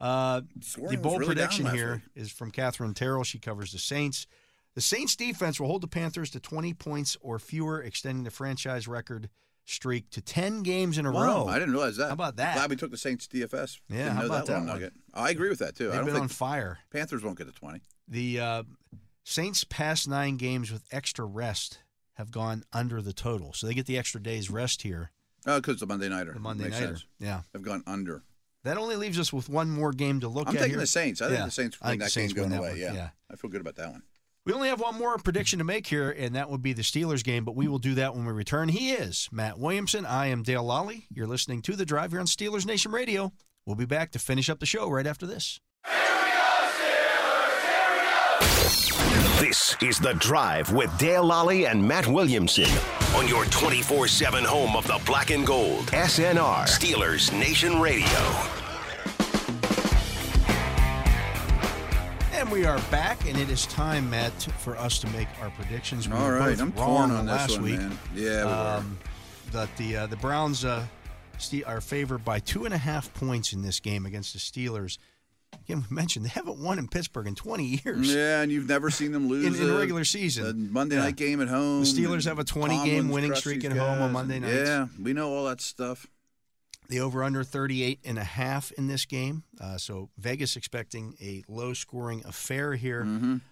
Speaker 2: Uh,
Speaker 3: Scoring
Speaker 2: the
Speaker 3: was
Speaker 2: bold
Speaker 3: really down
Speaker 2: prediction
Speaker 3: last
Speaker 2: here
Speaker 3: week.
Speaker 2: is from Catherine Terrell. She covers the Saints. The Saints defense will hold the Panthers to 20 points or fewer, extending the franchise record streak to 10 games in a
Speaker 3: Wow,
Speaker 2: row.
Speaker 3: I didn't realize that.
Speaker 2: How about that?
Speaker 3: Glad we took the Saints DFS.
Speaker 2: Yeah,
Speaker 3: Didn't
Speaker 2: how
Speaker 3: know
Speaker 2: about
Speaker 3: that,
Speaker 2: that
Speaker 3: little
Speaker 2: one?
Speaker 3: nugget. I agree with that, too.
Speaker 2: They've
Speaker 3: I don't
Speaker 2: been
Speaker 3: think
Speaker 2: on fire.
Speaker 3: Panthers won't get to 20.
Speaker 2: The uh, Saints' past nine games with extra rest have gone under the total, so they get the extra day's rest here,
Speaker 3: Oh, because the Monday Nighter.
Speaker 2: the Monday
Speaker 3: Makes
Speaker 2: nighter.
Speaker 3: sense.
Speaker 2: Yeah,
Speaker 3: They've gone under.
Speaker 2: that only leaves us with one more game to look
Speaker 3: I'm
Speaker 2: at.
Speaker 3: taking
Speaker 2: here.
Speaker 3: the Saints. I
Speaker 2: Yeah,
Speaker 3: think the Saints
Speaker 2: I
Speaker 3: win
Speaker 2: think
Speaker 3: that
Speaker 2: the Saints
Speaker 3: game going
Speaker 2: win that
Speaker 3: away.
Speaker 2: one,
Speaker 3: Yeah.
Speaker 2: yeah.
Speaker 3: I feel good about that one.
Speaker 2: We only have one more prediction to make here, and that would be the Steelers game, but we will do that when we return. He is Matt Williamson. I am Dale Lally. You're listening to The Drive here on Steelers Nation Radio. We'll be back to finish up the show right after this.
Speaker 1: This is The Drive with Dale Lally and Matt Williamson on your 24 7 home of the black and gold. SNR, Steelers Nation Radio.
Speaker 2: And we are back, and it is time, Matt, for us to make our predictions. We
Speaker 3: All
Speaker 2: were
Speaker 3: right,
Speaker 2: both
Speaker 3: I'm
Speaker 2: wrong
Speaker 3: torn on
Speaker 2: last
Speaker 3: this one,
Speaker 2: week.
Speaker 3: man. Yeah, we were.
Speaker 2: um, that the uh, the Browns uh, ste- are favored by two and a half points in this game against the Steelers. Again, we mentioned they haven't won in Pittsburgh in 20 years.
Speaker 3: Yeah, and you've never seen them lose
Speaker 2: In- in
Speaker 3: a-
Speaker 2: regular season.
Speaker 3: A Monday
Speaker 2: Yeah.
Speaker 3: night game at home.
Speaker 2: The Steelers
Speaker 3: and
Speaker 2: have a 20-game
Speaker 3: Tomlin's
Speaker 2: winning
Speaker 3: crushed
Speaker 2: streak
Speaker 3: these
Speaker 2: at home on
Speaker 3: guys,
Speaker 2: Monday
Speaker 3: and-
Speaker 2: nights.
Speaker 3: Yeah, we know all that stuff.
Speaker 2: The over under 38 and a half in this game. Uh, so Vegas expecting a low scoring affair here. Um,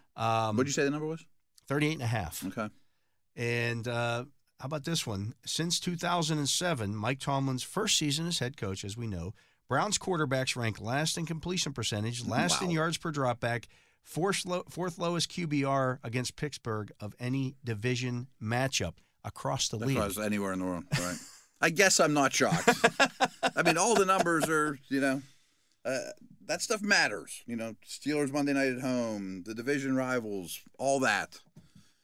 Speaker 3: What'd you say the number was?
Speaker 2: 38 and a half.
Speaker 3: Okay.
Speaker 2: And uh, how about this one? Since 2007, Mike Tomlin's first season as head coach, as we know, Browns quarterbacks rank last in completion percentage, last in yards per dropback, fourth, low, fourth lowest QBR against Pittsburgh of any division matchup across the
Speaker 3: That's
Speaker 2: league.
Speaker 3: why I was anywhere in the world. All Right. I guess I'm not shocked. I mean, all the numbers are, you know, uh, that stuff matters. You know, Steelers Monday night at home, the division rivals, all that.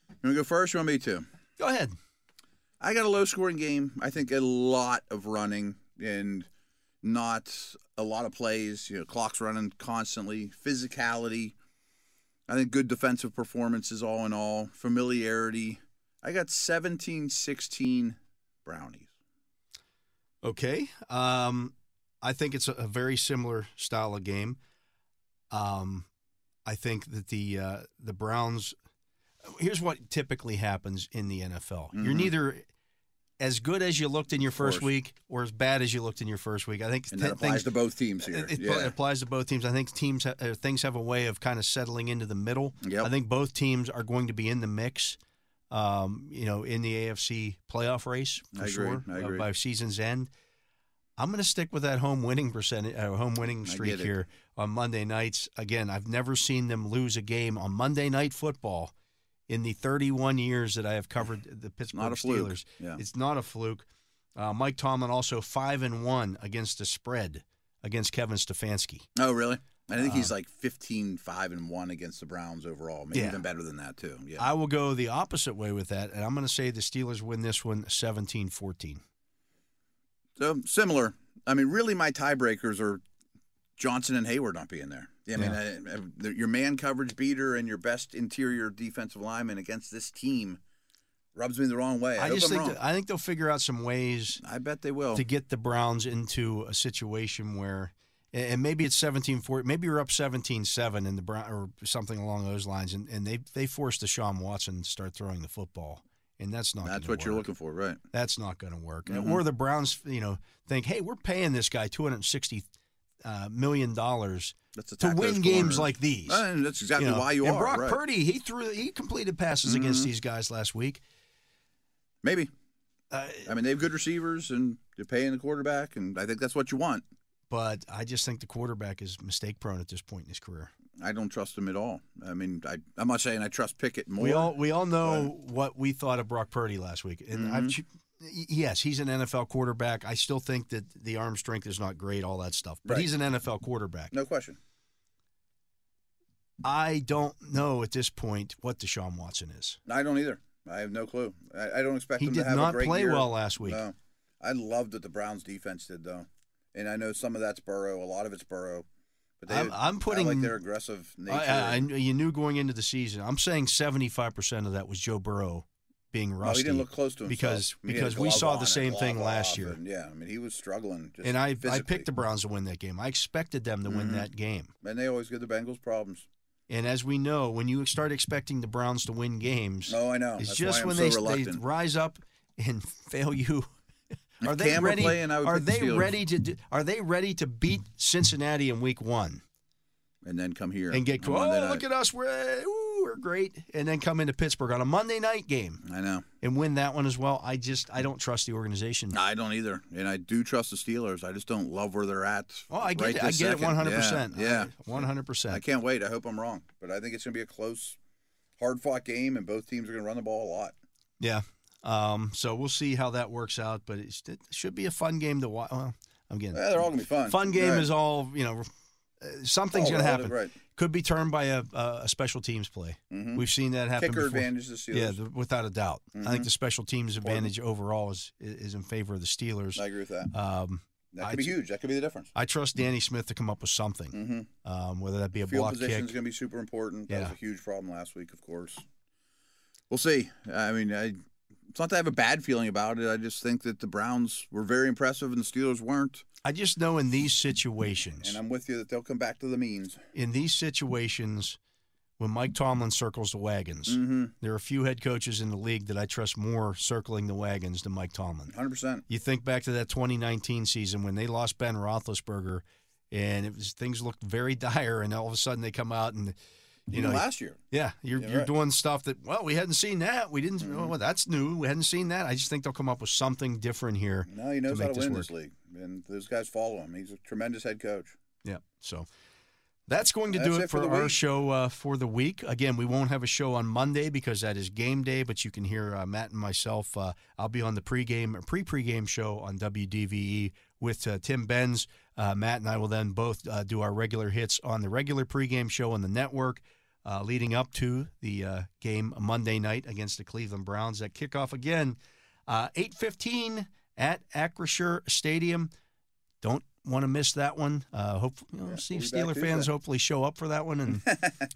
Speaker 3: You want to go first? You want me to?
Speaker 2: Go ahead.
Speaker 3: I got a low scoring game. I think a lot of running and not a lot of plays. You know, clocks running constantly, physicality. I think good defensive performances, all in all, familiarity. I got 17 16 brownies.
Speaker 2: Okay. Um, I think it's a, a very similar style of game. Um, I think that the uh, the Browns. here's what typically happens in the NFL. You're neither as good as you looked in your first
Speaker 3: Mm-hmm. course.
Speaker 2: week or as bad as you looked in your first week. I think
Speaker 3: and
Speaker 2: th-
Speaker 3: that applies
Speaker 2: things-
Speaker 3: to both teams here.
Speaker 2: It, it pl-
Speaker 3: yeah.
Speaker 2: applies to both teams. I think teams ha- uh, things have a way of kind of settling into the middle.
Speaker 3: Yep.
Speaker 2: I think both teams are going to be in the mix. Um, you know, in the AFC playoff race for
Speaker 3: I agree.
Speaker 2: sure
Speaker 3: I
Speaker 2: uh,
Speaker 3: agree.
Speaker 2: by season's end. I'm going to stick with that home winning percentage, uh, home winning
Speaker 3: I
Speaker 2: streak
Speaker 3: get it.
Speaker 2: here on Monday nights. Again, I've never seen them lose a game on Monday Night Football in the 31 years that I have covered the Pittsburgh
Speaker 3: Not a fluke.
Speaker 2: Steelers.
Speaker 3: Yeah.
Speaker 2: It's not a fluke. Uh, Mike Tomlin also five and one against the spread against Kevin Stefanski.
Speaker 3: Oh, really? I think he's like 15, 5 and 1 against the Browns overall. Maybe
Speaker 2: Uh-huh. Yeah.
Speaker 3: even better than that, too. Yeah.
Speaker 2: I will go the opposite way with that, and I'm going to say the Steelers win this one 17-14.
Speaker 3: So um, similar. I mean, really, my tiebreakers are Johnson and Hayward not being there. I mean, I, I, the- your man coverage beater and your best interior defensive lineman against this team rubs me the wrong way.
Speaker 2: I
Speaker 3: I, hope
Speaker 2: just
Speaker 3: I'm
Speaker 2: think
Speaker 3: wrong. Oh.
Speaker 2: that, I think they'll figure out some ways
Speaker 3: I bet they will.
Speaker 2: to get the Browns into a situation where and and maybe it's 17-14, maybe you're up 17-7 and the Brown or something along those lines and, and they they force Deshaun Watson to start throwing the football. And that's not
Speaker 3: That's
Speaker 2: gonna
Speaker 3: what you're
Speaker 2: work.
Speaker 3: looking for, right?
Speaker 2: That's not going to work.
Speaker 3: Mm-hmm.
Speaker 2: Or the Browns, you know, think, "Hey, we're paying this guy 260 uh, million dollars
Speaker 3: That's a
Speaker 2: to
Speaker 3: tackle
Speaker 2: win
Speaker 3: corner. Uh,
Speaker 2: games like these."
Speaker 3: And that's exactly
Speaker 2: know,
Speaker 3: why you
Speaker 2: and
Speaker 3: are.
Speaker 2: Brock
Speaker 3: right. Mm-hmm.
Speaker 2: Purdy, he threw, he completed passes against these guys last week.
Speaker 3: Maybe.
Speaker 2: Uh,
Speaker 3: I mean, they have good receivers and they're paying the quarterback, and I think that's what you want.
Speaker 2: but I just think the quarterback is mistake prone at this point in his career.
Speaker 3: I don't trust him at all. I mean, I, I'm not saying I trust Pickett more.
Speaker 2: we all we all know what we thought of Brock Purdy last week, and
Speaker 3: Mm-hmm.
Speaker 2: I've ch- y- yes, he's an NFL quarterback. I still think that the arm strength is not great, all that stuff, but
Speaker 3: Right.
Speaker 2: he's an NFL quarterback.
Speaker 3: no question.
Speaker 2: I don't know at this point what Deshaun Watson is.
Speaker 3: I don't either. I have no clue. I, I don't expect
Speaker 2: He
Speaker 3: him
Speaker 2: did
Speaker 3: to have
Speaker 2: not
Speaker 3: a great
Speaker 2: play
Speaker 3: year.
Speaker 2: well last week.
Speaker 3: No, I loved what the Browns defense did though, and I know some of that's Burrow, a lot of it's Burrow, but they,
Speaker 2: I'm- I'm
Speaker 3: I
Speaker 2: putting-
Speaker 3: like their aggressive nature.
Speaker 2: I, I, I- you knew going into the season. I'm saying 75 percent of that was Joe Burrow being
Speaker 3: Well,
Speaker 2: rusty.
Speaker 3: he didn't look close to himself
Speaker 2: because
Speaker 3: I mean, he had
Speaker 2: because
Speaker 3: a
Speaker 2: we
Speaker 3: glove
Speaker 2: saw
Speaker 3: on
Speaker 2: the
Speaker 3: and
Speaker 2: same
Speaker 3: glove
Speaker 2: thing
Speaker 3: off,
Speaker 2: last year.
Speaker 3: and yeah, I mean he was struggling. Just
Speaker 2: and I I
Speaker 3: physically. Mm-hmm.
Speaker 2: picked the Browns to win that game. I expected them to win that game.
Speaker 3: and they always give the Bengals problems.
Speaker 2: And as we know, when you start expecting the Browns to win games,
Speaker 3: No, I know.
Speaker 2: it's
Speaker 3: That's
Speaker 2: just
Speaker 3: why
Speaker 2: when
Speaker 3: I'm
Speaker 2: they,
Speaker 3: so
Speaker 2: they
Speaker 3: reluctant.
Speaker 2: rise up and fail you.
Speaker 3: If
Speaker 2: Are they
Speaker 3: Cam were
Speaker 2: ready?
Speaker 3: playing, I would
Speaker 2: are
Speaker 3: pick the
Speaker 2: they
Speaker 3: Steelers.
Speaker 2: ready to? Do, are they ready to beat Cincinnati in Week One
Speaker 3: and then come here
Speaker 2: and get?
Speaker 3: on
Speaker 2: Oh,
Speaker 3: Monday night.
Speaker 2: look at us! We're uh, ooh, we're great, and then come into Pittsburgh on a Monday night game.
Speaker 3: I know.
Speaker 2: and win that one as well. I just I don't trust the organization.
Speaker 3: I don't either, and I do trust the Steelers. I just don't love where they're at.
Speaker 2: Oh, I get
Speaker 3: right
Speaker 2: it. I
Speaker 3: this
Speaker 2: get it
Speaker 3: second.
Speaker 2: one hundred percent.
Speaker 3: Yeah, yeah.
Speaker 2: one hundred
Speaker 3: I
Speaker 2: percent.
Speaker 3: can't wait. I hope I'm wrong, but I think it's going to be a close, hard-fought game, and both teams are going to run the ball a lot.
Speaker 2: Yeah. Um. So we'll see how that works out, but it's, it should be a fun game to watch. Well, I'm getting
Speaker 3: Yeah, Eh, they're all going to be fun.
Speaker 2: fun game
Speaker 3: Right.
Speaker 2: is all you know. uh, Something's
Speaker 3: All
Speaker 2: going to happen.
Speaker 3: relative, right. Mm-hmm.
Speaker 2: Could be turned by a, a a special teams play. We've seen that happen.
Speaker 3: kicker
Speaker 2: before.
Speaker 3: advantage to Mm-hmm. the Steelers.
Speaker 2: Yeah, the, without a doubt. I think the special teams advantage overall is is in favor of the Steelers.
Speaker 3: I agree with that.
Speaker 2: Um,
Speaker 3: That
Speaker 2: I-
Speaker 3: could be huge. That could be the difference.
Speaker 2: I trust Danny Smith to come up with something, um, whether that be a
Speaker 3: Mm-hmm. Field
Speaker 2: block
Speaker 3: position
Speaker 2: kick.
Speaker 3: is going to be super important. That was
Speaker 2: Yeah.
Speaker 3: a huge problem last week, of course. We'll see. I mean, I, it's not that I have a bad feeling about it. I just think that the Browns were very impressive and the Steelers weren't.
Speaker 2: I just know in these
Speaker 3: And
Speaker 2: situations,
Speaker 3: I'm with you that they'll come back to the means.
Speaker 2: in these situations, when Mike Tomlin circles the wagons,
Speaker 3: Mm-hmm.
Speaker 2: there are a few head coaches in the league that I trust more circling the wagons than Mike Tomlin.
Speaker 3: 100%.
Speaker 2: You think back to that 2019 season when they lost Ben Roethlisberger, and it was things looked very dire, and all of a sudden they come out and you
Speaker 3: Even
Speaker 2: know,
Speaker 3: last year.
Speaker 2: yeah, you're
Speaker 3: Yeah,
Speaker 2: you're
Speaker 3: right. Mm-hmm.
Speaker 2: doing stuff that well we hadn't seen that we didn't well that's new we hadn't seen that I just think they'll come up with something different here.
Speaker 3: No, he
Speaker 2: to
Speaker 3: knows
Speaker 2: make
Speaker 3: how to
Speaker 2: this
Speaker 3: win
Speaker 2: work.
Speaker 3: this league. And those guys follow him. He's a tremendous head coach.
Speaker 2: Yeah. So that's going to do
Speaker 3: That's
Speaker 2: it,
Speaker 3: it
Speaker 2: for,
Speaker 3: for the
Speaker 2: our
Speaker 3: week.
Speaker 2: show uh, for the week. Again, we won't have a show on Monday because that is game day, but you can hear uh, Matt and myself. Uh, I'll be on the pregame or pre pregame show on WDVE with uh, Tim Benz. Uh, Matt and I will then both uh, do our regular hits on the regular pregame show on the network. Uh, leading up to the uh, game Monday night against the Cleveland Browns, that kickoff again, uh, eight fifteen at Acrisure Stadium don't want to miss that one. Uh, hopefully, you know, see
Speaker 3: we'll be back
Speaker 2: Steeler
Speaker 3: Tuesday.
Speaker 2: fans hopefully show up for that one and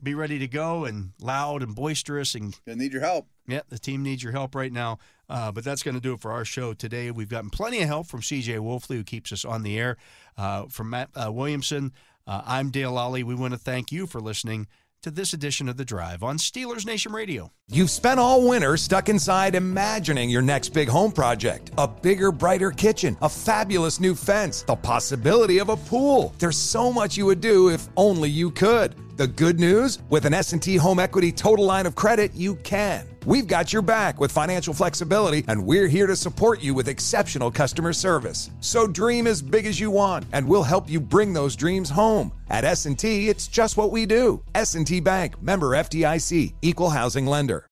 Speaker 2: be ready to go and loud and boisterous and
Speaker 3: Gonna need your help.
Speaker 2: yeah, the team needs your help right now. Uh, but that's going to do it for our show today. We've gotten plenty of help from CJ Wolfley, who keeps us on the air, uh, from Matt uh, Williamson. Uh, I'm Dale Lally. We want to thank you for listening to this edition of The Drive on Steelers Nation Radio.
Speaker 4: You've spent all winter stuck inside imagining your next big home project. A bigger, brighter kitchen, a fabulous new fence, the possibility of a pool. There's so much you would do if only you could. The good news, with an S&T Home Equity Total line of credit, you can. We've got your back with financial flexibility and we're here to support you with exceptional customer service. So dream as big as you want and we'll help you bring those dreams home. At S&T, it's just what we do. S&T Bank, member FDIC, equal housing lender.